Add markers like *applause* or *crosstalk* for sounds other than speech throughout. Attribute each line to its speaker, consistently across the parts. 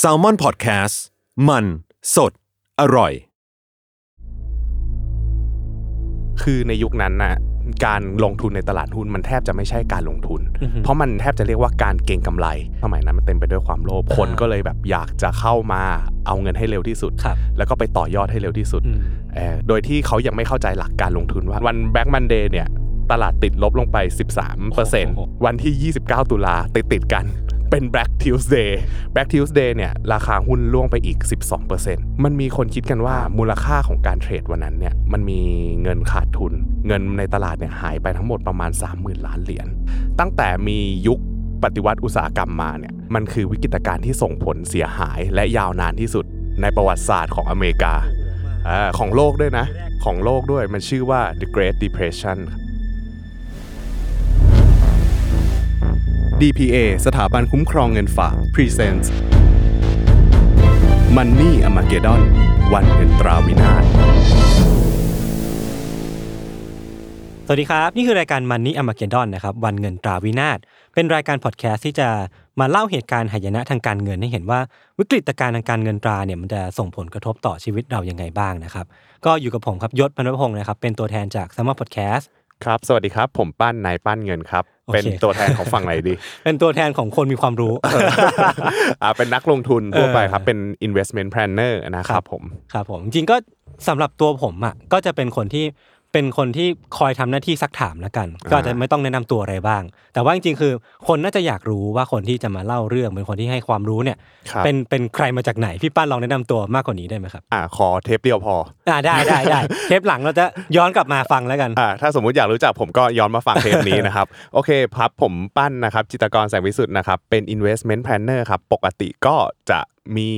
Speaker 1: s a l ม o n PODCAST มันสดอร่อย
Speaker 2: คือในยุคนั้นน่ะการลงทุนในตลาดหุ้นมันแทบจะไม่ใช่การลงทุน
Speaker 3: อือฮึ
Speaker 2: เพราะมันแทบจะเรียกว่าการเก็งกำไรสมัยนั้นมันเต็มไปด้วยความโลภคน
Speaker 3: อ่า
Speaker 2: ก็เลยแบบอยากจะเข้ามาเอาเงินให้เร็วที่สุด
Speaker 3: ครับ
Speaker 2: แล้วก็ไปต่อยอดให้เร็วที่สุด
Speaker 3: อืม
Speaker 2: เอ่อโดยที่เขายังไม่เข้าใจหลักการลงทุนว่าวันแบงก์มันเดย์เนี่ย ตลาดติดลบลงไป 13%วันที่ 29 ตุลาติดติดๆกันเป็น Black Tuesday Black Tuesday เนี่ยราคาหุ้นล่วงไปอีก 12%มันมีคนคิดกันว่ามูลค่าของการเทรดวันนั้นเนี่ยมันมีเงินขาดทุน เงินในตลาดเนี่ยหายไปทั้งหมดประมาณ 30,000 ล้านเหรียญ ตั้งแต่มียุคปฏิวัติอุตสาหกรรมมาเนี่ยมันคือวิกฤตการณ์ที่ส่งผลเสียหายและยาวนานที่สุดในประวัติศาสตร์ของอเมริกาอ่าของโลกด้วยนะ ของโลกด้วยมันชื่อว่า The Great Depression DPA สถาบันคุ้มครองเงินฝาก Presents Money a m a g e d o n วันเงินตราวินาศ
Speaker 3: สวัสดีครับ นี่คือรายการมันนี่อมาเกดอนนะครับ วันเงินตราวินาศเป็นรายการพอดแคสต์ที่จะมาเล่าเหตุการณ์หายนะทางการเงินให้เห็นว่าวิกฤตการณ์ทางการเงินตราเนี่ยมันจะส่งผลกระทบต่อชีวิตเรายังไงบ้างนะครับ ก็อยู่กับผมครับยศพันวพงศ์นะครับ เป็นตัวแทนจากสมาร์ทพอดแคสต์
Speaker 2: ครับ สวัสดีครับ ผมปั้นนายปั้นเงินครับ
Speaker 3: โอเค
Speaker 2: เป็นตัวแทนของฝั่งไหน
Speaker 3: *laughs*
Speaker 2: ดี
Speaker 3: เป็นตัวแทนของคนมีความรู้ *laughs*
Speaker 2: อ่าเป็นนักลงทุนทั่วไปครับ
Speaker 3: เออ
Speaker 2: เป็น investment planner นะค
Speaker 3: ค
Speaker 2: รั
Speaker 3: รั
Speaker 2: บบ ผม
Speaker 3: ครับผมจริงๆก็สำหรับตัวผมอ่ะก็จะเป็นคนที่เป็นคนที่คอยทำหน้าที่ซักถามแล้วกัน ก็อาจจะไม่ต้องแนะนำตัวอะไรบ้าง แต่ว่าจริงๆคือคนน่าจะอยากรู้ว่าคนที่จะมาเล่าเรื่องเป็นคนที่ให้ความรู้เนี่ย
Speaker 2: ครับ
Speaker 3: เป็นเป็นใครมาจากไหนพี่ป้านลองแนะนำตัวมากกว่านี้ได้ไหมครับ
Speaker 2: อ่าขอเทปเดียวพอ
Speaker 3: อ่าได้ได้ได้ เทปหลังเราจะย้อนกลับมาฟังแล้วกัน
Speaker 2: อ่าถ้าสมมุติอยากรู้จักผมก็ย้อนมาฟังเทปนี้นะครับ *laughs* โอเคครับผมปั้นนะครับ จิตรกรแสงวิสุทธ์นะครับ เป็น investment planner ครับ ปกติก็จะมี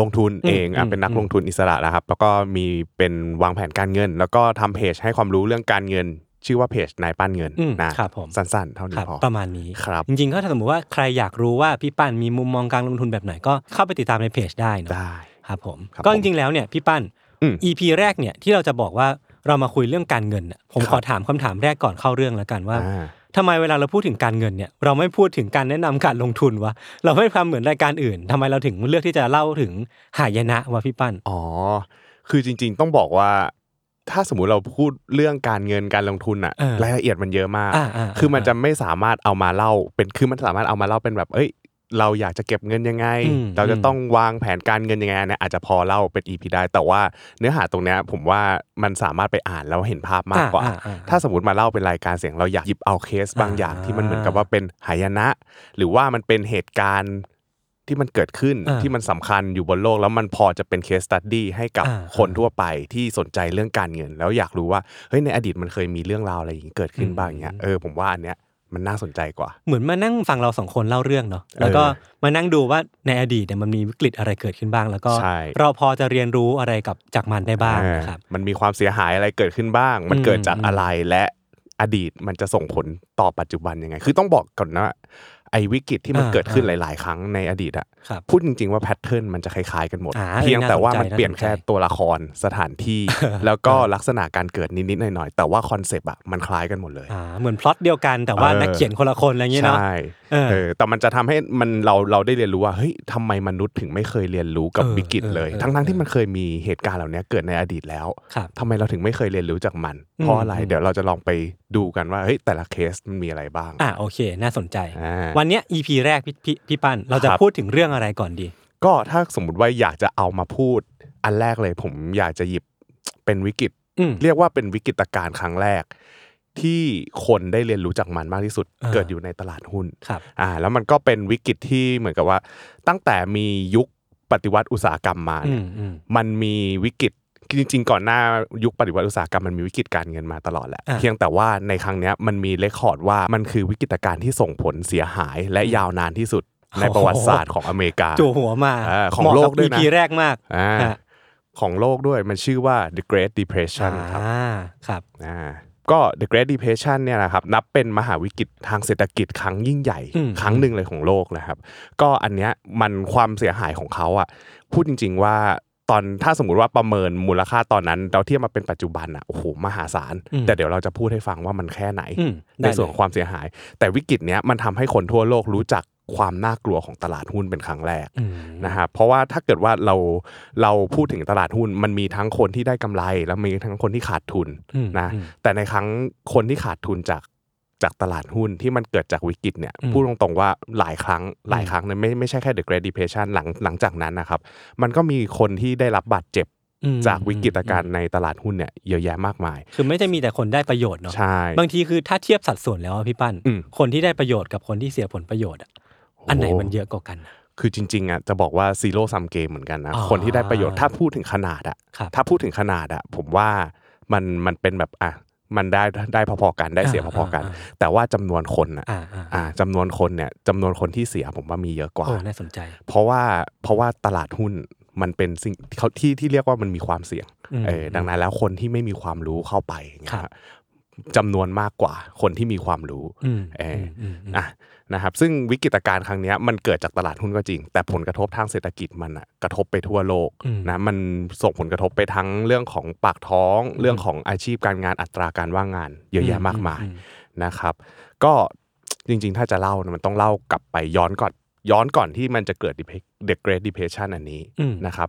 Speaker 2: ลงทุนเอง
Speaker 3: อืม
Speaker 2: อ่ะ
Speaker 3: อืม
Speaker 2: เป็นนัก
Speaker 3: อืม
Speaker 2: ลงทุนอิสระนะครับ แล้วก็มีเป็นวางแผนการเงิน แล้วก็ทำเพจให้ความรู้เรื่องการเงิน ชื่อว่าเพจนายปั้นเงิน
Speaker 3: อืม
Speaker 2: นะครับ
Speaker 3: ผม
Speaker 2: สั้นๆ เท่า
Speaker 3: ค
Speaker 2: นี้
Speaker 3: รับ
Speaker 2: พอ
Speaker 3: ประมาณนี้
Speaker 2: ครับ
Speaker 3: จริงๆก็ถ้าสมมติว่าใครอยากรู้ว่าพี่ป้านมีมุมมองการลงทุนแบบไหนก็เข้าไปติดตามในเพจได้เนอะ
Speaker 2: ได้
Speaker 3: ครับผม
Speaker 2: ครับ
Speaker 3: ก็
Speaker 2: ผม
Speaker 3: จริงๆแล้วเนี่ยพี่ปั้น
Speaker 2: อืม
Speaker 3: EP แรกเนี่ยที่เราจะบอกว่าเรามาคุยเรื่องการเงินน่ะผมขอถามคำถามแรกก่อนเข้าเรื่องแล้วกันว่า
Speaker 2: อ่า
Speaker 3: ทำไมเวลาเราพูดถึงการเงินเนี่ยเราไม่พูดถึงการแนะนำการลงทุนวะเราไม่ทำเหมือนรายการอื่นทำไมเราถึงเลือกที่จะเล่าถึงหายนะวะพี่ปั้น
Speaker 2: อ๋อ คือจริงๆต้องบอกว่า ถ้าสมมุติเราพูดเรื่องการเงินการลงทุนอะ
Speaker 3: เออ
Speaker 2: รายละเอียดมันเยอะมาก
Speaker 3: อ่าอ่า
Speaker 2: คือมันจะไม่สามารถเอามาเล่าเป็นคือมันสามารถเอามาเล่าเป็นแบบ เอ้ย เราอยากจะเก็บเงินยังไง
Speaker 3: อืม
Speaker 2: เราจะ
Speaker 3: อืม
Speaker 2: ต้องวางแผนการเงินยังไงอันเนี่ยอาจจะพอเล่าเป็นอีพีได้ แต่ว่าเนื้อหาตรงเนี้ยผมว่ามันสามารถไปอ่านแล้วเห็นภาพมากกว่า
Speaker 3: อ่อ่อ่
Speaker 2: ถ้าสมมติมาเล่าเป็นรายการเสียงเราอยากหยิบเอาเคสบางอย่าง
Speaker 3: อ่า
Speaker 2: ที่มันเหมือนกับว่าเป็นหายนะ หรือว่ามันเป็นเหตุการณ์ที่มันเกิดขึ้น
Speaker 3: อ่า
Speaker 2: ที่มันสำคัญอยู่บนโลก แล้วมันพอจะเป็นเคสตัดดี้ให้กับ
Speaker 3: อ่า
Speaker 2: คนทั่วไปที่สนใจเรื่องการเงิน แล้วอยากรู้ว่าเฮ้ยในอดีตมันเคยมีเรื่องราวอะไรอย่างนี้เกิดขึ้น
Speaker 3: อืม
Speaker 2: บ้างอย่างเงี้ยเออผมว่าอันเนี้ยมันน่าสนใจกว่า
Speaker 3: เหมือนมานั่งฟังเราสองคนเล่าเรื่องเนาะแล้วก็
Speaker 2: เออ
Speaker 3: มานั่งดูว่าในอดีตเนี่ยมันมีวิกฤตอะไรเกิดขึ้นบ้าง แล้วก็
Speaker 2: ใช่
Speaker 3: เราพอจะเรียนรู้อะไรกับจากมันได้บ้าง
Speaker 2: อ่า
Speaker 3: นะครับ
Speaker 2: มันมีความเสียหายอะไรเกิดขึ้นบ้าง มัน
Speaker 3: อืม
Speaker 2: เกิดจาก
Speaker 3: อืม
Speaker 2: อะไรและอดีตมันจะส่งผลต่อปัจจุบันยังไง คือต้องบอกก่อนนะว่าไอ้วิกฤตที่มันเกิดขึ้นหลาย ๆ ครั้งในอดีตอะ
Speaker 3: ครับ
Speaker 2: พูดจริง ๆ ว่าแพทเทิร์นมันจะคล้าย ๆ กันหมด
Speaker 3: อ่า
Speaker 2: เพียงแต่ว่ามัน
Speaker 3: น่าสนใจ
Speaker 2: เปลี่ยนแค่ตัวละครสถาน
Speaker 3: *laughs*
Speaker 2: ที่ แล้วก็
Speaker 3: เออ
Speaker 2: ลักษณะการเกิดนิด ๆ หน่อย ๆ แต่ว่าคอนเซปต์อะมันคล้ายกันหมดเลย
Speaker 3: อ่าเหมือนพล็อตเดียวกันแต่ว่า
Speaker 2: เออ
Speaker 3: นักเขียนคนละคนอะไรอย่างเงี้ยเนาะ
Speaker 2: ใช่
Speaker 3: เออ
Speaker 2: เออแต่มันจะทำให้มันเราเราได้เรียนรู้ว่าเฮ้ยทำไมมนุษย์ถึงไม่เคยเรียนรู้กับ
Speaker 3: เออ
Speaker 2: วิกฤตเลย
Speaker 3: เออเออ
Speaker 2: ทั้ง ๆ ที่
Speaker 3: เออ
Speaker 2: มันเคยมีเหตุการณ์เหล่านี้เกิดในอดีตแล้ว
Speaker 3: ครับ
Speaker 2: ทำไมเราถึงไม่เคยเรียนรู้จากมัน
Speaker 3: อืม
Speaker 2: เพราะอะไร
Speaker 3: อืม
Speaker 2: เดี๋ยวเราจะลองไปดูกันว่าเฮ้ยแต่ละเคสมันมีอะไรบ้าง
Speaker 3: อ่าโอเค น่าสนใจ
Speaker 2: อ่า
Speaker 3: วันเนี้ย EP แรกพี่พี่พี่ปั้นเราจะ
Speaker 2: ครับ
Speaker 3: พูดถึงเรื่องอะไรก่อนดี
Speaker 2: ก็ถ้าสมมติว่าอยากจะเอามาพูดอันแรกเลย ผมอยากจะหยิบเป็นวิกฤต
Speaker 3: อืม
Speaker 2: เรียกว่าเป็นวิกฤตการณ์ครั้งแรก ที่คนได้เรียนรู้จากมันมากที่สุด
Speaker 3: อ่า
Speaker 2: เกิดอยู่ในตลาดหุ้น
Speaker 3: ครับ
Speaker 2: อ่าแล้วมันก็เป็นวิกฤตที่เหมือนกับว่า ตั้งแต่มียุคปฏิวัติอุตสาหกรรมมา
Speaker 3: อื
Speaker 2: เนี่ย
Speaker 3: มอืม
Speaker 2: มันมีวิกฤตจริง ๆ ก่อนหน้ายุคปฏิวัติอุตสาหกรรมมันมีวิกฤตการเงินมาตลอดแหละ
Speaker 3: อ่า
Speaker 2: เพียงแต่ว่าในครั้งเนี้ยมันมีเรคคอร์ดว่ามันคือวิกฤตการณ์ที่ส่งผลเสียหายและยาวนานที่สุดในประวัติศาสตร์ของอเมริกา
Speaker 3: จู่หัวมา
Speaker 2: อ่าของ
Speaker 3: เหมาะ
Speaker 2: โล
Speaker 3: กั
Speaker 2: ก
Speaker 3: บ
Speaker 2: ด้วยนะ
Speaker 3: EP แรกมาก
Speaker 2: อ่า
Speaker 3: ฮะ
Speaker 2: ของโลกด้วยมันชื่อว่า the Great Depression ครับ
Speaker 3: อ่าครับ
Speaker 2: อ่าก็ The Great Depression เนี่ยนะครับนับเป็นมหาวิกฤตทางเศรษฐกิจครั้งยิ่งใหญ่
Speaker 3: อืม
Speaker 2: ครั้งหนึ่งเลยของโลกนะครับ ก็อันเนี้ยมันความเสียหายของเขาอ่ะพูดจริง ๆว่าตอนถ้าสมมติว่าประเมินมูลค่าตอนนั้น เราเทียบมาเป็นปัจจุบันอ่ะโอ้โหมหาศาล แต่เดี๋ยวเราจะพูดให้ฟังว่ามันแค่ไหน
Speaker 3: อืม
Speaker 2: ใน
Speaker 3: ได้เลย
Speaker 2: ส่วนของความเสียหาย แต่วิกฤตเนี้ยมันทำให้คนทั่วโลกรู้จัก ความน่ากลัวของตลาดหุ้นเป็นครั้งแรก
Speaker 3: อืม
Speaker 2: นะฮะเพราะว่าถ้าเกิดว่าเราเราพูดถึงตลาดหุ้นมันมีทั้งคนที่ได้กำไร แล้วมีทั้งคนที่ขาดทุน
Speaker 3: อืม
Speaker 2: นะ
Speaker 3: อืม
Speaker 2: แต่ในครั้งคนที่ขาดทุนจากจากตลาดหุ้นที่มันเกิดจากวิกฤตเนี่ย
Speaker 3: อืม
Speaker 2: พูดตรงๆว่าหลายครั้งหลาย
Speaker 3: อืม
Speaker 2: ครั้งเนี่ยไม่ไม่ใช่แค่ The Great Depression หลังหลังจากนั้นนะครับ มันก็มีคนที่ได้รับบาดเจ็บ
Speaker 3: อืม
Speaker 2: จากวิกฤตการณ์ในตลาดหุ้นเนี่ยเยอะแยะมากมาย
Speaker 3: คือไม่ได้มีแต่คนได้ประโยชน์เนาะ
Speaker 2: ใช่
Speaker 3: บางทีคือถ้าเทียบสัดส่วนแล้วอะพี่ปั้น
Speaker 2: อืม
Speaker 3: คนที่ได้ประโยชน์กับคนที่เสียผลประโยชน์อะอันไหนมันเยอะกว่ากันอะ
Speaker 2: คือจริงๆอ่ะจะบอกว่าซีโร่ซัมเกมเหมือนกันนะ
Speaker 3: อ่า
Speaker 2: คนที่ได้ประโยชน์ถ้าพูดถึงขนาดอ่ะ
Speaker 3: ครับ
Speaker 2: ถ้าพูดถึงขนาดอ่ะผมว่ามันมันเป็นแบบอ่ะมันได้ได้พอๆกันได้เสียพอๆกัน แต่ว่าจำนวนคนอ่ะ
Speaker 3: อ่าอ่า
Speaker 2: อ่าจำนวนคนเนี่ยจำนวนคนที่เสียผมว่ามีเยอะกว่า
Speaker 3: โอ้น่าสนใจ
Speaker 2: เพราะว่าเพราะว่าตลาดหุ้นมันเป็นสิ่งเขาที่ที่เรียกว่ามันมีความเสี่ยง
Speaker 3: อืม
Speaker 2: เออดังนั้นแล้วคนที่ไม่มีความรู้เข้าไปอย่างเงี้ย
Speaker 3: ครับ
Speaker 2: จำนวนมากกว่าคนที่มีความรู้
Speaker 3: อืม
Speaker 2: เอออื
Speaker 3: มม
Speaker 2: อ่ะนะครับซึ่งวิกฤตการณ์ครั้งเนี้ยมันเกิดจากตลาดหุ้นก็จริง แต่ผลกระทบทางเศรษฐกิจมันอะกระทบไปทั่วโลก
Speaker 3: อืม
Speaker 2: นะมันส่งผลกระทบไปทั้งเรื่องของปากท้องเรื่องของอาชีพการงานอัตราการว่างงาน เยอะแยะมากมาย
Speaker 3: อือื
Speaker 2: นะครับ ก็จริงๆ ถ้าจะเล่านะมันต้องเล่ากลับไปย้อนก่อนย้อนก่อนที่มันจะเกิด Depre- The Great Depression อันนี้
Speaker 3: อืม
Speaker 2: นะครับ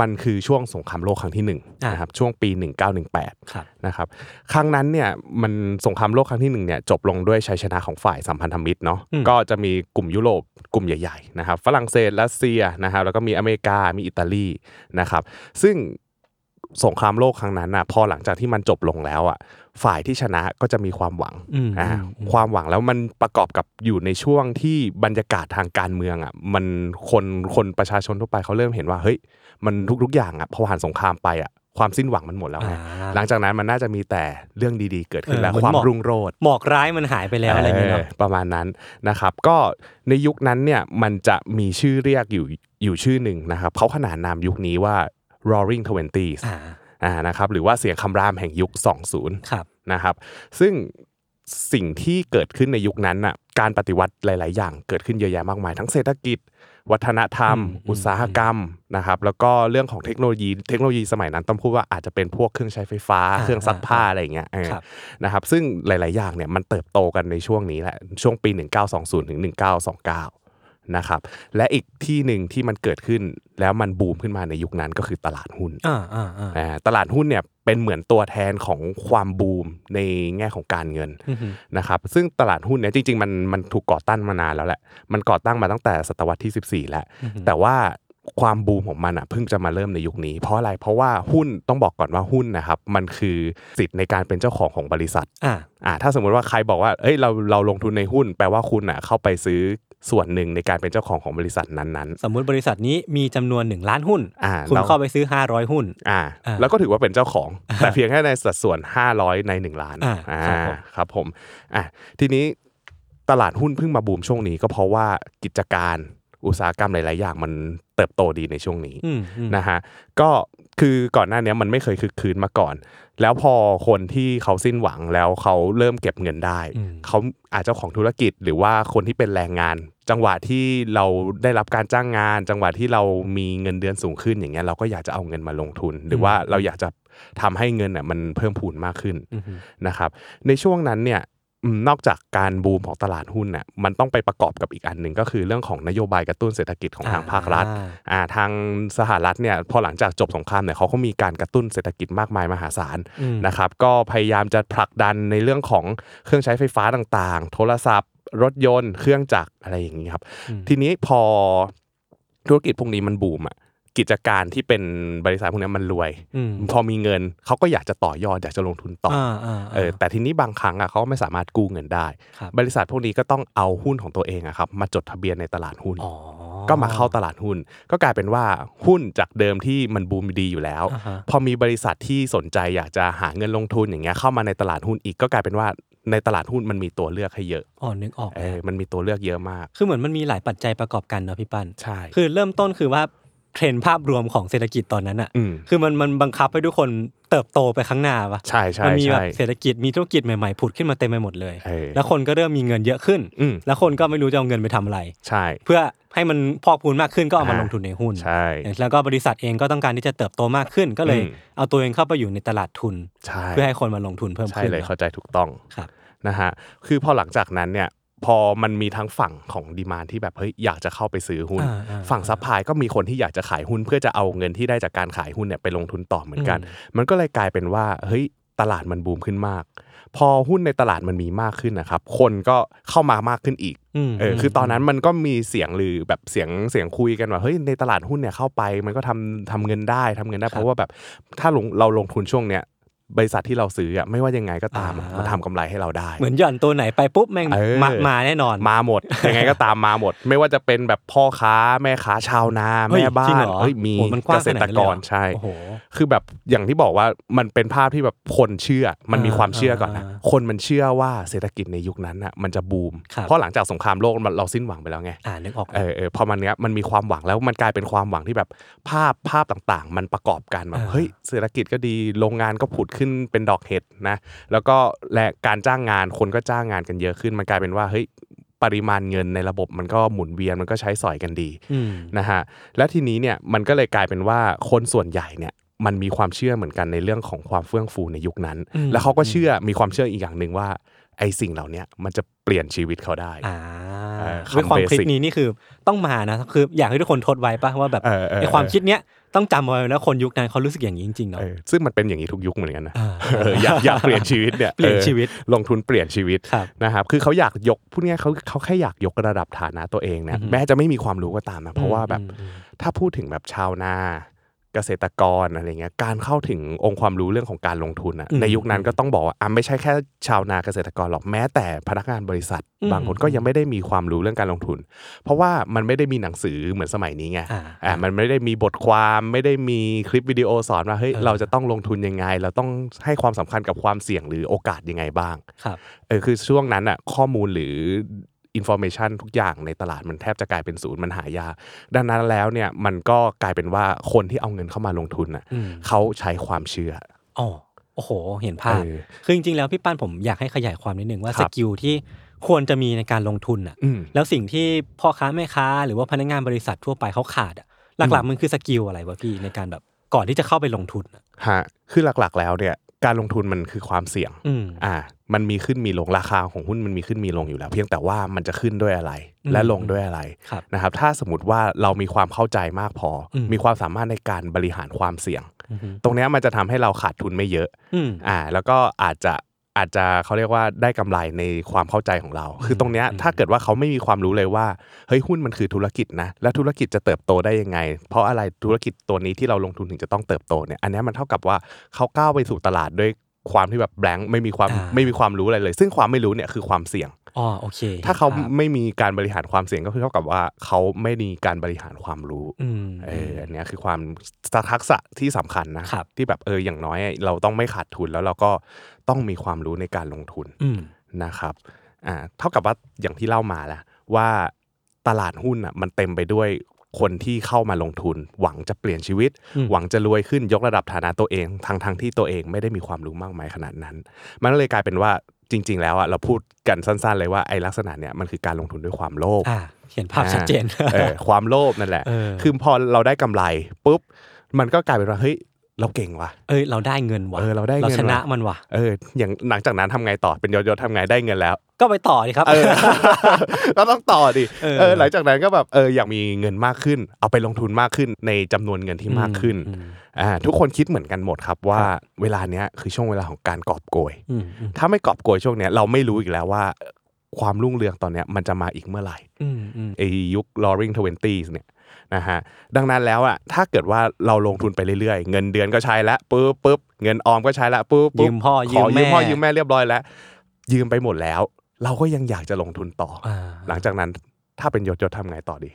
Speaker 2: มันคือช่วงสงครามโลกครั้งที่หนึ่ง
Speaker 3: อ่ะ
Speaker 2: นะครับช่วงปี 1918
Speaker 3: ครับ
Speaker 2: นะครับครั้งนั้นเนี่ยมันสงครามโลกครั้งที่หนึ่งเนี่ยจบลงด้วยชัยชนะของฝ่ายสัมพันธมิตรเนาะ
Speaker 3: อืม
Speaker 2: ก็จะมีกลุ่มยุโรปกลุ่มใหญ่ๆนะครับฝรั่งเศสรัสเซียนะครับแล้วก็มีอเมริกามีอิตาลีนะครับซึ่งสงครามโลกครั้งนั้นน่ะพอหลังจากที่มันจบลงแล้วอ่ะฝ่ายที่ชนะก็จะมีความหวัง
Speaker 3: อืม
Speaker 2: อ่า
Speaker 3: อืม
Speaker 2: ความหวังแล้วมันประกอบกับอยู่ในช่วงที่บรรยากาศทางการเมืองอ่ะมันคนคนประชาชนทั่วไปเขาเริ่มเห็นว่าเฮ้ยมันทุกๆอย่างอ่ะพอผ่านสงครามไปอ่ะความสิ้นหวังมันหมดแล้วไง
Speaker 3: อ่า
Speaker 2: หลังจากนั้นมันน่าจะมีแต่เรื่องดีๆ เกิดขึ้น
Speaker 3: เออ
Speaker 2: แล้ว
Speaker 3: เหมือน
Speaker 2: ความ
Speaker 3: หมอก
Speaker 2: รุ่งโรจน์
Speaker 3: หมอกร้ายมันหายไปแล้วอะไรอย่างเงี้ย
Speaker 2: อ
Speaker 3: เนาะ
Speaker 2: อประมาณนั้นนะครับ ก็ในยุคนั้นเนี่ยมันจะมีชื่อเรียกอยู่อยู่ชื่อหนึ่งนะครับเขาขนานนามยุคนี้ว่า Roaring Twenties
Speaker 3: อ่า
Speaker 2: อ่านะครับหรือว่าเสียงคำรามแห่งยุค 20
Speaker 3: ครับ
Speaker 2: นะครับซึ่งสิ่งที่เกิดขึ้นในยุคนั้นน่ะการปฏิวัติหลาย ๆ อย่างเกิดขึ้นเยอะแยะมากมาย ทั้งเศรษฐกิจ วัฒนธรรม
Speaker 3: อืมอืม
Speaker 2: อุตสาหกรรมนะครับแล้วก็เรื่องของเทคโนโลยีเทคโนโลยีสมัยนั้นต้องพูดว่าอาจจะเป็นพวกเครื่องใช้ไฟฟ้า เครื่องซักผ้าอะไรอย่างเงี้ยเออ
Speaker 3: ครับ
Speaker 2: นะครับซึ่งหลาย ๆ อย่างเนี่ยมันเติบโตกันในช่วงนี้แหละช่วงปี 1920 ถึง 1929 นะครับและอีกที่หนึ่งที่มันเกิดขึ้นแล้วมันบูมขึ้นมาในยุคนั้นก็คือตลาดหุ้น
Speaker 3: อ่าอ่าอ่า
Speaker 2: อ่าตลาดหุ้นเนี่ยเป็นเหมือนตัวแทนของความบูมในแง่ของการเงิน
Speaker 3: อืม
Speaker 2: นะครับซึ่งตลาดหุ้นเนี่ยจริงๆมันมันถูกก่อตั้งมานานแล้วแหละมันก่อตั้งมาตั้งแต่ศตวรรษที่ 14 แล้ว
Speaker 3: อือฮึ
Speaker 2: แต่ว่าความบูมของมันอ่ะเพิ่งจะมาเริ่มในยุคนี้ เพราะอะไรเพราะว่าหุ้นต้องบอกก่อนว่าหุ้นนะครับมันคือสิทธิ์ในการเป็นเจ้าของของบริษัท
Speaker 3: อ่า
Speaker 2: อ่าถ้าสมมุติว่าใครบอกว่าเอ้ยเราเราลงทุนในหุ้น แปลว่าคุณอ่ะเข้าไปซื้อส่วนหนึ่งในการเป็นเจ้าของของบริษัทนั้น
Speaker 3: สมมุติบริษัทนี้มีจำนวนหนึ่งล้านหุ้น
Speaker 2: ๆอ่า
Speaker 3: คุณ
Speaker 2: ร
Speaker 3: เข้าไปซื้อ 500 หุ้น
Speaker 2: อ่า
Speaker 3: อ่า
Speaker 2: แล้วก็ถือว่าเป็นเจ้าของ แต่เพียงแค่ในสัดส่วน 500 ใน 1 ล้าน
Speaker 3: อ่าครับผม
Speaker 2: ครับผมอ่ะทีนี้ตลาดหุ้นเพิ่งมาบูมช่วงนี้ก็เพราะว่ากิจการอุตสาหกรรมหลาย ๆ อย่างมันเติบโตดีในช่วงนี้
Speaker 3: อืมอืม
Speaker 2: นะฮะก็คือก่อนหน้าเนี้ยมันไม่เคยคึกคืนมาก่อน แล้วพอคนที่เขาสิ้นหวังแล้วเขาเริ่มเก็บเงินได้
Speaker 3: อืม
Speaker 2: เขาอาจเจ้าของธุรกิจหรือว่าคนที่เป็นแรงงาน จังหวะที่เราได้รับการจ้างงาน จังหวะที่เรามีเงินเดือนสูงขึ้นอย่างเงี้ยเราก็อยากจะเอาเงินมาลงทุน หรือว่าเราอยากจะทำให้เงินน่ะมันเพิ่มพูนมากขึ้น
Speaker 3: อือฮึ
Speaker 2: นะครับในช่วงนั้นเนี่ยอืมนอกจากการบูมของตลาดหุ้นน่ะมันต้องไปประกอบกับอีกอันหนึ่งก็คือเรื่องของนโยบายกระตุ้นเศรษฐกิจของทางภาครัฐ
Speaker 3: อ่
Speaker 2: อ่าทางสหรัฐเนี่ยพอหลังจากจบสงครามเนี่ยเขาก็มีการกระตุ้นเศรษฐกิจมากมายมหาศาล
Speaker 3: อืม
Speaker 2: นะครับก็พยายามจะผลักดันในเรื่องของเครื่องใช้ไฟฟ้าต่างๆ โทรศัพท์ รถยนต์ เครื่องจักรอะไรอย่างนี้ครับ
Speaker 3: อืม
Speaker 2: ทีนี้พอธุรกิจพวกนี้มันบูมอ่ะกิจการที่เป็นบริษัทพวกเนี้ยมันรวย
Speaker 3: อืม
Speaker 2: พอมีเงินเขาก็อยากจะต่อยอดอยากจะลงทุนต่ออา
Speaker 3: อ่าา
Speaker 2: เออแต่ทีนี้บางครั้งอ่ะเขาไม่สามารถกู้เงินได้
Speaker 3: ครับ
Speaker 2: บริษัทพวกนี้ก็ต้องเอาหุ้นของตัวเองอะครับมาจดทะเบียนในตลาดหุ้น
Speaker 3: อ๋อ
Speaker 2: ก็มาเข้าตลาดหุ้น ก็กลายเป็นว่าหุ้นจากเดิมที่มันบูมดีอยู่แล้ว
Speaker 3: อ่าฮะ
Speaker 2: พอมีบริษัทที่สนใจอยากจะหาเงินลงทุนอย่างเงี้ยเข้ามาในตลาดหุ้นอีกก็กลายเป็นว่าในตลาดหุ้นมันมีตัวเลือกให้เยอะ
Speaker 3: อ๋อนึกออก
Speaker 2: เอ
Speaker 3: แล้ว
Speaker 2: อมันมีตัวเลือกเยอะมาก
Speaker 3: คือเหมือนมันมีหลายปัจจัยประกอบกันเนาะพี่ปั้น
Speaker 2: ใช่
Speaker 3: คือเริ่มต้นคือว่าเทรนด์ภาพรวมของเศรษฐกิจตอนนั้นอ่ะ
Speaker 2: อืม
Speaker 3: คือมันมันบังคับให้ทุกคนเติบโตไปข้างหน้าปะ
Speaker 2: ใช่ใช่
Speaker 3: มัมีแบบ
Speaker 2: ใช่
Speaker 3: เศรษฐกิจมีธุรกิจใหม่ๆผุดขึ้นมาเต็มไปหมดเลย
Speaker 2: เออ
Speaker 3: แล้วคนก็เริ่มมีเงินเยอะขึ้น
Speaker 2: อืม
Speaker 3: แล้วคนก็ไม่รู้จะเอาเงินไปทำอะไร
Speaker 2: ใช่
Speaker 3: เพื่อให้มันพอกพูนมากขึ้นก็เอามา
Speaker 2: อ่า
Speaker 3: ลงทุนในหุ้น
Speaker 2: ใช่
Speaker 3: แล้วก็บริษัทเองก็ต้องการที่จะเติบโตมากขึ้น ก็เลย
Speaker 2: อืม
Speaker 3: เอาตัวเองเข้าไปอยู่ในตลาดทุน
Speaker 2: ใช่
Speaker 3: เพื่อให้คนมาลงทุนเพิ่ม
Speaker 2: ใช่
Speaker 3: ขึ้น
Speaker 2: เลย
Speaker 3: เนอะ
Speaker 2: เข้าใจถูกต้อง
Speaker 3: ครับ
Speaker 2: นะฮะคือพอหลังจากนั้นเนี่ยพ พอมันมีทั้งฝั่งของดีมานที่แบบเฮ้ยอยากจะเข้าไปซื้อหุ้น
Speaker 3: อ่าอ่า
Speaker 2: ฝั่งซัพพลายก็มีคนที่อยากจะขายหุ้นเพื่อจะเอาเงินที่ได้จากการขายหุ้นเนี่ยไปลงทุนต่อเหมือนกัน มันก็เลยกลายเป็นว่าเฮ้ยตลาดมันบูมขึ้นมาก พอหุ้นในตลาดมันมีมากขึ้นนะครับ คนก็เข้ามามากขึ้นอีก
Speaker 3: ม
Speaker 2: เออคือตอนนั้นมันก็มีเสียงหรือแบบเสียงเสียงคุยกันว่าเฮ้ยในตลาดหุ้นเนี่ยเข้าไปมันก็ทำทำเงินได้ทำเงินได้เพราะว่าแบบถ้าลงเราลงทุนช่วงเนี้ยบริษัทที่เราซื้ออะไม่ว่ายังไงก็ตามอะมันทำกำไรให้เราได้
Speaker 3: เหมือนหย่อนตัวไหนไปปุ๊บแม่ง
Speaker 2: เออ
Speaker 3: มามาแน่นอน
Speaker 2: มาหมด *laughs* ยังไงก็ตามมาหมด ไม่ว่าจะเป็นแบบพ่อค้าแม่ค้าชาวนา
Speaker 3: เฮ้ย
Speaker 2: แม่บ้า
Speaker 3: จริง
Speaker 2: น
Speaker 3: เหรอ
Speaker 2: เฮ้ยมี
Speaker 3: โอ้มันกว้า
Speaker 2: เก
Speaker 3: ง
Speaker 2: ษตรกร
Speaker 3: ขนาดนั้นเลยเหรอ
Speaker 2: ใช่
Speaker 3: โอ้โห
Speaker 2: คือแบบอย่างที่บอกว่ามันเป็นภาพที่แบบคนเชื่อมันมีความเชื่อก่อนนะ
Speaker 3: อ่า
Speaker 2: คนมันเชื่อว่าเศรษฐกิจในยุคนั้นอ่ะมันจะบูม
Speaker 3: ครับ
Speaker 2: เพราะหลังจากสงครามโลกมันเราสิ้นหวังไปแล้วไง
Speaker 3: อ่านึกออก
Speaker 2: เออเออพอมันเนี้ยมันมีความหวังแล้วมันกลายเป็นความหวังที่แบบภาพภาพต่างๆ มันประกอบกันแบบเฮ้ยเศรษฐกิจก็ดีโรงงานก็ผุดขึ้นเป็นดอกเห็ดนะ แล้วก็และการจ้างงานคนก็จ้างงานกันเยอะขึ้น มันกลายเป็นว่าเฮ้ยปริมาณเงินในระบบมันก็หมุนเวียนมันก็ใช้สอยกันดี
Speaker 3: อืม
Speaker 2: นะฮะและทีนี้เนี่ยมันก็เลยกลายเป็นว่าคนส่วนใหญ่เนี่ยมันมีความเชื่อเหมือนกันในเรื่องของความเฟื่องฟูในยุคนั้น
Speaker 3: อืม
Speaker 2: แล้วเขาก็เชื่อมีความเชื่ออีกอย่างหนึ่งว่าไอ้สิ่งเหล่าเนี้ยมันจะเปลี่ยนชีวิตเขาได้
Speaker 3: อ่า
Speaker 2: เออคำ
Speaker 3: ด้วยความคิด
Speaker 2: basic
Speaker 3: นี้นี่คือต้องมานะคืออยากให้ทุกคนทดไว้ป่ะว่าแบบ
Speaker 2: เออเออ
Speaker 3: ไอความ
Speaker 2: เออ
Speaker 3: คิดเนี้ยต้องจำเอาไว้แล้วคนยุคนั้นเขารู้สึกอย่างนี้จริงๆเนาะ
Speaker 2: เออซึ่งมันเป็นอย่างนี้ทุกยุคเหมือนกันนะ
Speaker 3: อ่า
Speaker 2: เอออยากอยากเปลี่ยนชีวิตเนี่ย
Speaker 3: *laughs* เปลี่ยน
Speaker 2: ออ
Speaker 3: ชีวิต
Speaker 2: ลงทุนเปลี่ยนชีวิต
Speaker 3: ครับ
Speaker 2: นะครับคือเขาอยากยกพูดง่ายๆเขาเขาแค่อยากยกระดับฐานะตัวเองเนี่ย
Speaker 3: อือฮึ
Speaker 2: แม้จะไม่มีความรู้ก็ตามนะเพราะว่าแบบ
Speaker 3: อืม
Speaker 2: ถ้าพูดถึงแบบชาวนาเกษตรกรอะไรเงี้ยการเข้าถึงองค์ความรู้เรื่องของการลงทุนอะในยุคนั้นก็ต้องบอกว่าอ่ะไม่ใช่แค่ชาวนาเกษตรกรหรอกแม้แต่พนักงานบริษัท
Speaker 3: อืม
Speaker 2: บางคนก็ยังไม่ได้มีความรู้เรื่องการลงทุน เพราะว่ามันไม่ได้มีหนังสือเหมือนสมัยนี้ไง
Speaker 3: อ่า
Speaker 2: อ่ามันไม่ได้มีบทความไม่ได้มีคลิปวิดีโอสอนว่าเฮ้ย
Speaker 3: เออ
Speaker 2: เราจะต้องลงทุนยังไง เราต้องให้ความสำคัญกับความเสี่ยงหรือโอกาสยังไงบ้าง
Speaker 3: ครับ
Speaker 2: เออคือช่วงนั้นอ่ะข้อมูลหรืออินโฟเมชันทุกอย่างในตลาดมันแทบจะกลายเป็นศูนย์มันหายากดังนั้นแล้วเนี่ยมันก็กลายเป็นว่าคนที่เอาเงินเข้ามาลงทุนอ่ะ
Speaker 3: อืม
Speaker 2: เขาใช้ความเชื่อ
Speaker 3: อ๋อโอ้โห เห็นภาพ
Speaker 2: เออ
Speaker 3: คือจริงๆแล้วพี่ป้านผมอยากให้ขยายความนิดนึงว่า
Speaker 2: ค
Speaker 3: ส
Speaker 2: รับ
Speaker 3: กิลที่ควรจะมีในการลงทุนอ่ะ
Speaker 2: อืม
Speaker 3: แล้วสิ่งที่พ่อค้าแม่ค้าหรือว่าพนักงานบริษัททั่วไปเขาขาดอ่ะหลักๆมันคือสกิลอะไรวะพี่ในการแบบก่อนที่จะเข้าไปลงทุนอะ
Speaker 2: ฮะคือหลักๆแล้วเนี่ยการลงทุนมันคือความเสี่ยง
Speaker 3: อืม
Speaker 2: อ่ามันมีขึ้นมีลงราคาของหุ้นมันมีขึ้นมีลงอยู่แล้ว เพียงแต่ว่ามันจะขึ้นด้วยอะไร
Speaker 3: อืม
Speaker 2: และลงด้วยอะไร
Speaker 3: ครับ
Speaker 2: นะครับถ้าสมมติว่าเรามีความเข้าใจมากพออ
Speaker 3: ม
Speaker 2: มีความสามารถในการบริหารความเสี่ยง
Speaker 3: อืม
Speaker 2: ตรงเนี้ยมันจะทำให้เราขาดทุนไม่เยอะ
Speaker 3: อืม
Speaker 2: อ่าแล้วก็อาจจะอาจจะเขาเรียกว่าได้กำไรในความเข้าใจของเรา คือตรงเนี้ยถ้าเกิดว่าเขาไม่มีความรู้เลยว่าเฮ้ยหุ้นมันคือธุรกิจนะและธุรกิจจะเติบโตได้ยังไง เพราะอะไรธุรกิจตัวนี้ที่เราลงทุนถึงจะต้องเติบโตเนี่ยอันเนี้ยมันเท่ากับว่าเขาก้าวไปสู่ตลาดด้วยความที่แบบแบงค์ไม่มีความ
Speaker 3: อ่า
Speaker 2: ไม่มีความรู้อะไรเลย ซึ่งความไม่รู้เนี่ยคือความเสี่ยง
Speaker 3: อ๋อโอเค
Speaker 2: ถ้าเขา
Speaker 3: ห็นภพ
Speaker 2: ไม่มีการบริหารความเสี่ยงก็คือเท่ากับว่าเขาไม่มีการบริหารความรู้
Speaker 3: อืม
Speaker 2: เอออันเนี้ยคือความทักษะที่สำคัญนะครับ ที่แบบเอออย่างน้อยเราต้องไม่ขาดทุนแล้วเราก็ต้องมีความรู้ในการลงทุน
Speaker 3: อืม
Speaker 2: นะครับอ่าเท่ากับว่าอย่างที่เล่ามาแล้วว่าตลาดหุ้นอ่ะมันเต็มไปด้วยคนที่เข้ามาลงทุน หวังจะเปลี่ยนชีวิต
Speaker 3: อืม
Speaker 2: หวังจะรวยขึ้นยกระดับฐานะตัวเองทั้งทั้งที่ตัวเองไม่ได้มีความรู้มากมายขนาดนั้น มันเลยกลายเป็นว่าจริง ๆ แล้วอ่ะเราพูดกันสั้น ๆ เลยว่าไอ้ลักษณะเนี้ยมันคือการลงทุนด้วยความโลภ
Speaker 3: อ่าเห็นภาพชัดเจน
Speaker 2: เออความโลภนั่นแหละ
Speaker 3: เออ
Speaker 2: คือพอเราได้กำไรปุ๊บ มันก็กลายเป็นว่าเฮ้ยเราเก่งว่ะ
Speaker 3: เอ้ยเราได้เงินว่ะ
Speaker 2: เออเราได้เงินว่ะ
Speaker 3: ชนะมันว่ะ
Speaker 2: เออ อย่างหลังจากนั้นทำไงต่อเป็นยศยศทำไงได้เงินแล้ว
Speaker 3: ก็ไปต่อดีครับ
Speaker 2: เออ ก็ต้องต่อดิ
Speaker 3: เออ
Speaker 2: เออหลังจากนั้นก็แบบเอออยากมีเงินมากขึ้น เอาไปลงทุนมากขึ้นในจำนวนเงินที่มากขึ้น
Speaker 3: อืม
Speaker 2: อ่าทุกคนคิดเหมือนกันหมดครับว่าเวลาเนี้ยคือช่วงเวลาของการกอบโกย
Speaker 3: อืมอืม
Speaker 2: ถ้าไม่กอบโกยช่วงเนี้ยเราไม่รู้อีกแล้วว่า ความรุ่งเรืองตอนเนี้ยมันจะมาอีกเมื่อไหร่
Speaker 3: อืมอืม
Speaker 2: ไอยุค Roaring Twenties เนี่ยนะฮะดังนั้นแล้วอ่ะถ้าเกิดว่าเราลงทุนไปเรื่อยๆ เงินเดือนก็ใช้แล้วปุ๊บปุ๊บเงินออมก็ใช้แล้วปุ๊บ
Speaker 3: ยื
Speaker 2: ปุ๊บ
Speaker 3: มพ่อ
Speaker 2: ข
Speaker 3: ยื
Speaker 2: อ
Speaker 3: ม
Speaker 2: ยื
Speaker 3: แม่
Speaker 2: มพ่อยืมแม่เรียบร้อยแล้ว ยืมไปหมดแล้ว เราก็ยังอยากจะลงทุนต่ออ
Speaker 3: อ่า
Speaker 2: หลังจากนั้นถ้าเป็นยศยศทำไงต่อดี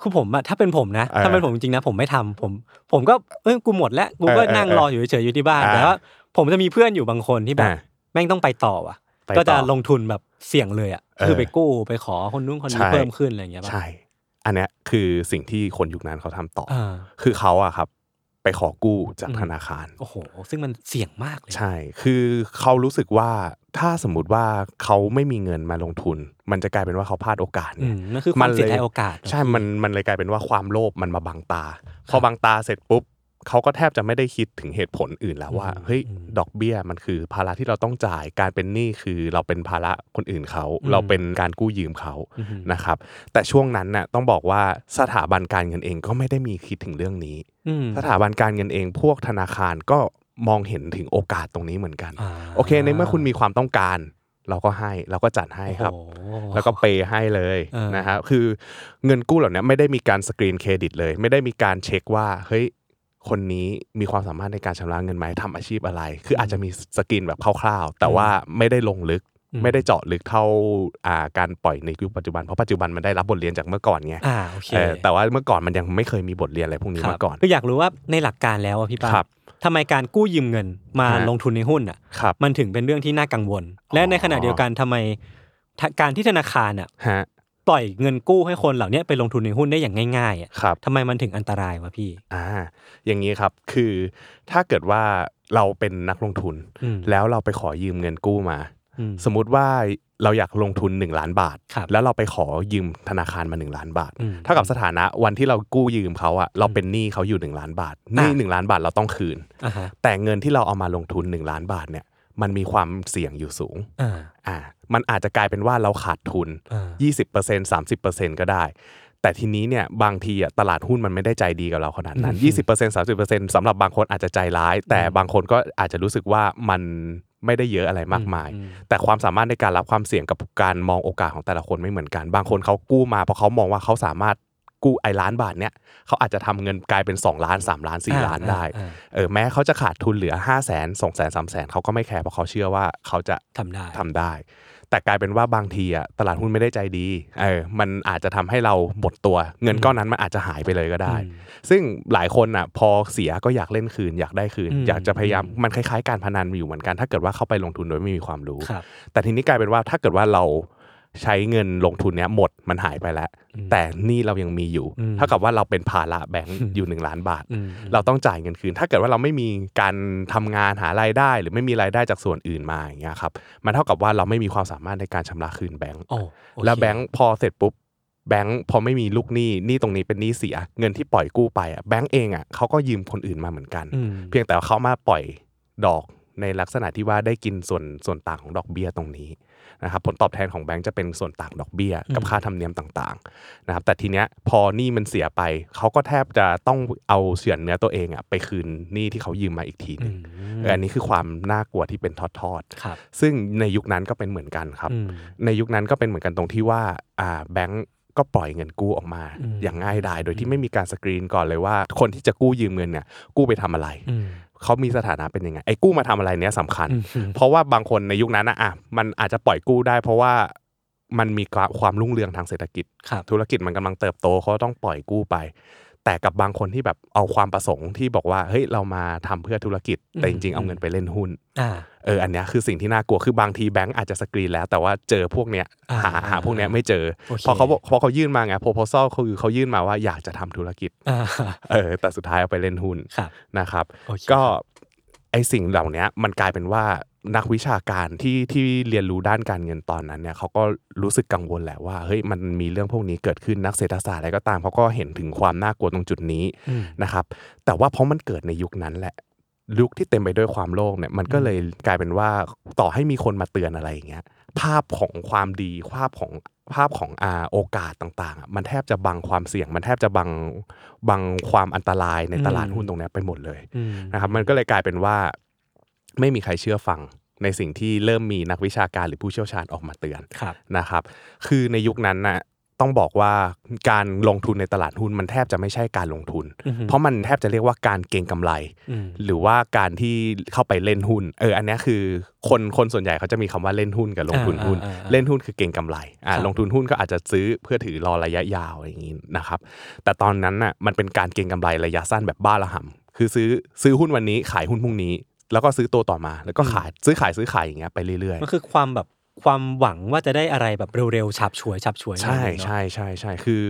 Speaker 3: คือผมอะถ้าเป็นผมนะ
Speaker 2: เออ
Speaker 3: ถ้าเป็นผมจริงๆนะผมไม่ทำผม ผมก็เอ้ยกูหมดแล้วกูก็
Speaker 2: เออเออ
Speaker 3: นั่งรออยู่เฉยๆอยู่ที่บ้าน
Speaker 2: อ่า
Speaker 3: แต่ว่าผมจะมีเพื่อนอยู่บางคนที่แบบ
Speaker 2: อ่า
Speaker 3: แม่งต้องไปต่อว่ะ
Speaker 2: ไปต่อ
Speaker 3: ก็จะลงทุนแบบเสี่ยงเลยอ่ะ
Speaker 2: เออ
Speaker 3: คือไปกู้ไปขอคนนู้นคน
Speaker 2: ใช่
Speaker 3: นี้เพิ่มขึ้นอะไรอย่างเงี้ยป่ะ
Speaker 2: ใช่ อันเนี้ยคือสิ่งที่คนยุคนั้นเขาทำต่ออ
Speaker 3: อ่า
Speaker 2: คือเขาอะครับ ไปขอกู้จากธนาคาร
Speaker 3: โอ้โห ซึ่งมันเสี่ยงมากเลย
Speaker 2: ใช่ คือเขารู้สึกว่าถ้าสมมติว่าเขาไม่มีเงินมาลงทุน มันจะกลายเป็นว่าเขาพลาดโอกาส
Speaker 3: อื
Speaker 2: เนี่ย
Speaker 3: มนั่นคือความ
Speaker 2: ล
Speaker 3: เสียดายโอกาสเนอะ
Speaker 2: ใช่ มันมันเลยกลายเป็นว่าความโลภมันมาบังตา พอบังตาเสร็จปุ๊บ เขาก็แทบจะไม่ได้คิดถึงเหตุผลอื่นแล้วว่า
Speaker 3: อืม
Speaker 2: เฮ้ย
Speaker 3: อืม
Speaker 2: ดอกเบี้ยมันคือภาระที่เราต้องจ่าย การเป็นหนี้คือเราเป็นภาระคนอื่นเขา
Speaker 3: อืม
Speaker 2: เราเป็นการกู้ยืมเขา
Speaker 3: อืม
Speaker 2: นะครับ แต่ช่วงนั้นน่ะต้องบอกว่าสถาบันการเงินเองก็ไม่ได้มีคิดถึงเรื่องนี้
Speaker 3: อืม
Speaker 2: สถาบันการเงินเองพวกธนาคารก็มองเห็นถึงโอกาสตรงนี้เหมือนกัน
Speaker 3: า
Speaker 2: โอเค ในเมื่อคุณมีความต้องการ เราก็ให้เราก็จัดให้ครับ
Speaker 3: โอ้โห
Speaker 2: แล้วก็เปย์ให้เลย
Speaker 3: เออ
Speaker 2: นะฮะคือเงินกู้เหล่านี้ไม่ได้มีการสกรีนเครดิตเลย ไม่ได้มีการเช็คว่าเฮ้ยคนนี้มีความสามารถในการชำระเงินไหมทำอาชีพอะไร คืออาจจะมีสกรีนแบบคร่าวๆ แต่ว่าไม่ได้ลงลึก ไม่ได้เจาะลึกเท่าอ่าการปล่อยในยุคปัจจุบันเพราะปัจจุบันมันได้รับบทเรียนจากเมื่อก่อนไง
Speaker 3: อ่าโอเค
Speaker 2: เออแต่ว่าเมื่อก่อนมันยังไม่เคยมีบทเรียนอะไรพวกนี้
Speaker 3: ครับ
Speaker 2: มาก่อน
Speaker 3: คืออยากรู้ว่าในหลักการแล้วอะพี่ป้า
Speaker 2: ครับ
Speaker 3: ทำไมการกู้ยืมเงินมา
Speaker 2: ฮะ
Speaker 3: ลงทุนในหุ้นอ่ะ
Speaker 2: ครับ
Speaker 3: มันถึงเป็นเรื่องที่น่ากังวล และในขณะเดียวกันทำไมทะการที่ธนาคารอ่ะ
Speaker 2: ฮะ
Speaker 3: ปล่อยเงินกู้ให้คนเหล่าเนี้ยไปลงทุนในหุ้นได้อย่างง่ายๆอ่ะ
Speaker 2: ครับ
Speaker 3: ทำไมมันถึงอันตรายวะพี่
Speaker 2: อ่า อย่างนี้ครับ คือถ้าเกิดว่าเราเป็นนักลงทุน
Speaker 3: อืม
Speaker 2: แล้วเราไปขอยืมเงินกู้มา
Speaker 3: อืม
Speaker 2: สมมุติว่าเราอยากลงทุน 1 ล้านบาท
Speaker 3: ครับ
Speaker 2: แล้วเราไปขอยืมธนาคารมา 1 ล้านบาท
Speaker 3: อืม
Speaker 2: เท่ากับสถานะวันที่เรากู้ยืมเขาอะเราเป็นหนี้เขาอยู่ 1 ล้านบาทหนี้
Speaker 3: อ่ะ
Speaker 2: หนึ่งล้านบาทเราต้องคืน
Speaker 3: อ่าฮะ
Speaker 2: แต่เงินที่เราเอามาลงทุน 1 ล้านบาทเนี่ยมันมีความเสี่ยงอยู่สูง
Speaker 3: อ่า
Speaker 2: อ่ามันอาจจะกลายเป็นว่าเราขาดทุน
Speaker 3: อ่า
Speaker 2: 20% 30%ก็ได้ แต่ทีนี้เนี่ยบางทีอ่ะตลาดหุ้นมันไม่ได้ใจดีกับเราขนาดนั้น
Speaker 3: อื
Speaker 2: 20% 30%สำหรับบางคนอาจจะใจร้าย แต่บางคนก็อาจจะรู้สึกว่ามันไม่ได้เยอะอะไรมากมาย
Speaker 3: อืมอืม
Speaker 2: แต่ความสามารถในการรับความเสี่ยงกับการมองโอกาสของแต่ละคนไม่เหมือนกัน บางคนเขากู้มาเพราะเขามองว่าเขาสามารถกู้ไอ้ล้านบาทเนี่ยเขาอาจจะทำเงินกลายเป็น 2 ล้าน 3 ล้าน 4 ล้านได้
Speaker 3: อ่อ่า
Speaker 2: เออแม้เขาจะขาดทุนเหลือ 5 0 0 0 0 0 2 0 0 0 0 3 0 0 0เขาก็ไม่แคร์เพราะเขาเชื่อว่าเขาจะ
Speaker 3: ทำได้
Speaker 2: ทำได้ แต่กลายเป็นว่าบางทีอ่ะตลาดหุ้นไม่ได้ใจดี เออ มันอาจจะทำให้เราหมดตัว เงินก้อนนั้นมันอาจจะหายไปเลยก็ได้
Speaker 3: อืม
Speaker 2: ซึ่งหลายคนอ่ะพอเสียก็อยากเล่นคืน อยากได้คืน
Speaker 3: อืม
Speaker 2: อยากจะพยายาม มันคล้ายๆการพนันอยู่เหมือนกัน ถ้าเกิดว่าเข้าไปลงทุนโดยไม่มีความรู้
Speaker 3: ครับ
Speaker 2: แต่ทีนี้กลายเป็นว่าถ้าเกิดว่าเราใช้เงินลงทุนเนี้ยหมดมันหายไปแล้ว
Speaker 3: อืม
Speaker 2: แต่หนี่เรายังมีอยู่
Speaker 3: อืม
Speaker 2: เท่ากับว่าเราเป็นภาระแบงก์อยู่หนึ่งล้านบาท
Speaker 3: อืม
Speaker 2: เราต้องจ่ายเงินคืน ถ้าเกิดว่าเราไม่มีการทำงานหารายได้ หรือไม่มีรายได้จากส่วนอื่นมาอย่างเงี้ยครับมันเท่ากับว่าเราไม่มีความสามารถในการชำระคืนแบงก์
Speaker 3: โอ้โอเค
Speaker 2: แล้วแบงก์พอเสร็จปุ๊บแบงก์พอไม่มีลูกหนี้หนี้ตรงนี้เป็นหนี้เสีย เงินที่ปล่อยกู้ไปอ่ะแบงก์เองอ่ะเขาก็ยืมคนอื่นมาเหมือนกัน
Speaker 3: อืม
Speaker 2: เพียงแต่ว่าเขามาปล่อยดอกในลักษณะที่ว่าได้กินส่วนส่วนต่างของดอกเบี้ยตรงนี้นะครับผลตอบแทนของแบงก์จะเป็นส่วนต่างดอกเบี้ย กับค่าธรรมเนียมต่างๆนะครับแต่ทีเนี้ยพอหนี้มันเสียไป เขาก็แทบจะต้องเอาเสือนเนื้อตัวเองอะไปคืนหนี้ที่เขายืมมาอีกทีห
Speaker 3: อื
Speaker 2: นึง
Speaker 3: ม
Speaker 2: เอออันนี้คือความน่ากลัวที่เป็นทอด
Speaker 3: ครับ
Speaker 2: ๆ ซึ่งในยุคนั้นก็เป็นเหมือนกันครับ
Speaker 3: อืม
Speaker 2: ในยุคนั้นก็เป็นเหมือนกันตรงที่ว่าอ่าแบงก์ก็ปล่อยเงินกู้ออกมา
Speaker 3: อืม
Speaker 2: อย่างง่ายดายโดยที่ไม่มีการสกรีนก่อนเลยว่า คนที่จะกู้ยืมเงินเนี่ยกู้ไปทำอะไร
Speaker 3: อืม
Speaker 2: เขามีสถานะเป็นยังไงไอ้กู้มาทำอะไรเนี้ยสำคัญ
Speaker 3: อืม
Speaker 2: เพราะว่าบางคนในยุคนั้นนะอ่ะมันอาจจะปล่อยกู้ได้ เพราะว่ามันมีความความรุ่งเรืองทางเศรษฐกิจ
Speaker 3: ครับ
Speaker 2: ธุรกิจมันกำลังเติบโตเขาต้องปล่อยกู้ไป แต่กับบางคนที่แบบเอาความประสงค์ที่บอกว่าเฮ้ยเรามาทำเพื่อธุรกิจ แต่
Speaker 3: อื
Speaker 2: จ
Speaker 3: ม
Speaker 2: ริงๆเอาเงินไปเล่นหุ้น
Speaker 3: อ่า
Speaker 2: เอออันเนี้ยคือสิ่งที่น่ากลัวคือบางทีแบงก์อาจจะสกรีนแล้ว แต่ว่าเจอพวกเนี้ย
Speaker 3: อ่า
Speaker 2: หาหาพวกเนี้ยไม่เจอ
Speaker 3: โอเค
Speaker 2: เพราะเขาบอกเพราะเขายื่นมาไงโพโพซอลคือเขายื่นมาว่าอยากจะทำธุรกิจ
Speaker 3: อ่า
Speaker 2: เออแต่สุดท้ายเอาไปเล่นหุ้น
Speaker 3: ครับ
Speaker 2: นะครับ
Speaker 3: โอเค
Speaker 2: ก็ไอสิ่งเหล่าเนี้ยมันกลายเป็นว่านักวิชาการที่ที่เรียนรู้ด้านการเงินตอนนั้นเนี่ยเขาก็รู้สึกกังวลแหละว่าเฮ้ยมันมีเรื่องพวกนี้เกิดขึ้นนักเศรษฐศาสตร์อะไรก็ตามเขาก็เห็นถึงความน่ากลัวตรงจุดนี้
Speaker 3: อืม
Speaker 2: นะครับ แต่ว่าเพราะมันเกิดในยุคนั้นแหละยุคที่เต็มไปด้วยความโลภเนี่ยมันก็เลยกลายเป็นว่าต่อให้มีคนมาเตือนอะไรอย่างเงี้ยภาพของความดีภาพของภาพของอาโอกาสต่างๆอะมันแทบจะบังความเสี่ยง มันแทบจะบังบังความอันตรายในตลาด
Speaker 3: อืม
Speaker 2: หุ้นตรงเนี้ยไปหมดเลย
Speaker 3: อืม
Speaker 2: นะครับมันก็เลยกลายเป็นว่าไม่มีใครเชื่อฟังในสิ่งที่เริ่มมีนักวิชาการหรือผู้เชี่ยวชาญออกมาเตือน
Speaker 3: ครับ
Speaker 2: นะครับ คือในยุคนั้นน่ะต้องบอกว่าการลงทุนในตลาดหุ้นมันแทบจะไม่ใช่การลงทุน
Speaker 3: อือฮึ
Speaker 2: เพราะมันแทบจะเรียกว่าการเก็งกำไร
Speaker 3: อืม
Speaker 2: หรือว่าการที่เข้าไปเล่นหุ้นเอออันเนี้ยคือคนคนส่วนใหญ่เขาจะมีคำว่าเล่นหุ้นกับลงทุนหุ้น
Speaker 3: อ่าอ่าอ่า
Speaker 2: เล่นหุ้นคือเก็งกำไรอ่า
Speaker 3: ครับ
Speaker 2: ลงทุนหุ้นก็อาจจะซื้อเพื่อถือรอระยะยาวอย่างนี้นะครับแต่ตอนนั้นน่ะมันเป็นการเก็งกำไรระยะสั้นแบบบ้าระห่ำคือซื้อซื้อหุ้นวันนี้ขายหุ้นพรุ่งนี้ แล้วก็ซื้อตัวต่อมา แล้วก็ขายซื้อขายซื้อขายอย่างเงี้ยไปเรื่อยๆ
Speaker 3: มันคือความแบบความหวังว่าจะได้อะไรแบบเร็วๆฉับฉวยฉับฉวย
Speaker 2: ใช่
Speaker 3: หน่อยเนอะ
Speaker 2: ใช่ใช่ใช่คือ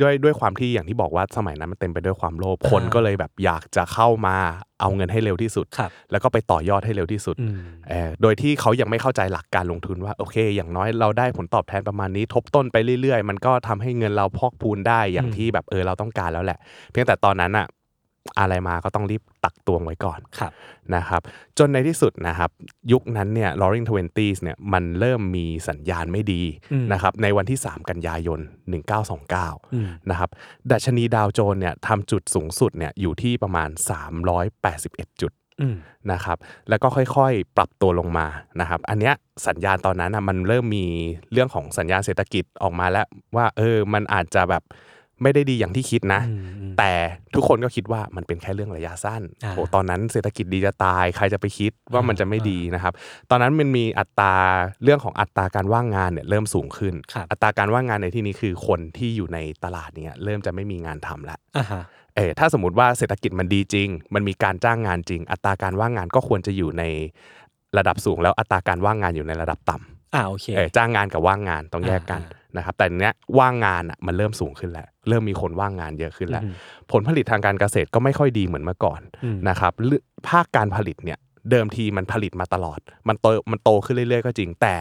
Speaker 2: ด้วยด้วยความที่อย่างที่บอกว่าสมัยนั้นมันเต็มไปด้วยความโลภ
Speaker 3: อ่า
Speaker 2: คนก็เลยแบบอยากจะเข้ามาเอาเงินให้เร็วที่สุด
Speaker 3: ครับ
Speaker 2: แล้วก็ไปต่อยอดให้เร็วที่สุด
Speaker 3: อืม
Speaker 2: เอ่อโดยที่เขายังไม่เข้าใจหลักการลงทุนว่าโอเค อย่างน้อยเราได้ผลตอบแทนประมาณนี้ ทบต้นไปเรื่อยๆ มันก็ทำให้เงินเราพอกพูนได้อย่าง
Speaker 3: อืม
Speaker 2: ที่แบบเออเราต้องการแล้วแหละ เพียงแต่ตอนนั้นอ่ะ อะไรมาก็ต้องรีบตักตวงไว้ก่อน
Speaker 3: ครับ
Speaker 2: นะครับจนในที่สุดนะครับยุคนั้นเนี่ย Roaring Twenties เนี่ยมันเริ่มมีสัญญาณไม่ดี
Speaker 3: อืม
Speaker 2: นะครับในวันที่ 3 กันยายน 1929
Speaker 3: อืม
Speaker 2: นะครับดัชนีดาวโจนส์เนี่ยทำจุดสูงสุดเนี่ยอยู่ที่ประมาณ 381 จุด
Speaker 3: อืม
Speaker 2: นะครับแล้วก็ค่อยๆ ปรับตัวลงมานะครับอันเนี้ยสัญญาณตอนนั้นนะมันเริ่มมีเรื่องของสัญญาณเศรษฐกิจออกมาแล้วว่าเออมันอาจจะแบบไม่ได้ดีอย่างที่คิดนะ
Speaker 3: อืมอืม
Speaker 2: แต่ทุกคนก็คิดว่ามันเป็นแค่เรื่องระยะสั้น
Speaker 3: อ่า
Speaker 2: โอ้ตอนนั้นเศรษฐกิจดีจะตาย ใครจะไปคิดว่า
Speaker 3: อ่ามั
Speaker 2: มันจะไม่
Speaker 3: อ่า
Speaker 2: ดีนะครับ ตอนนั้นมันมีอัตราเรื่องของอัตราการว่างงานเนี่ยเริ่มสูงขึ้น
Speaker 3: ครับ
Speaker 2: อัตราการว่างงานในที่นี้คือคนที่อยู่ในตลาดเนี่ยเริ่มจะไม่มีงานทำละ
Speaker 3: อ่าฮะ
Speaker 2: เออถ้าสมมติว่าเศรษฐกิจมันดีจริง มันมีการจ้างงานจริง อัตราการว่างงานก็ควรจะอยู่ในระดับสูง แล้วอัตราการว่างงานอยู่ในระดับต่ำ
Speaker 3: อ่าโอเค
Speaker 2: เออจ้างงานกับว่างงานต้องแยกกัน
Speaker 3: อ่า
Speaker 2: นะครับแต่เนี้ยว่างงานอ่ะมันเริ่มสูงขึ้นแล้ว เริ่มมีคนว่างงานเยอะขึ้นแล้ว
Speaker 3: อือฮึ
Speaker 2: ผลผลิตทางการเกษตรก็ไม่ค่อยดีเหมือนเมื่อก่อน
Speaker 3: อืม
Speaker 2: นะครับเลือกภาคการผลิตเนี่ยเดิมทีมันผลิตมาตลอด มันโตมันโตขึ้นเรื่อยๆ ก็จริง แต่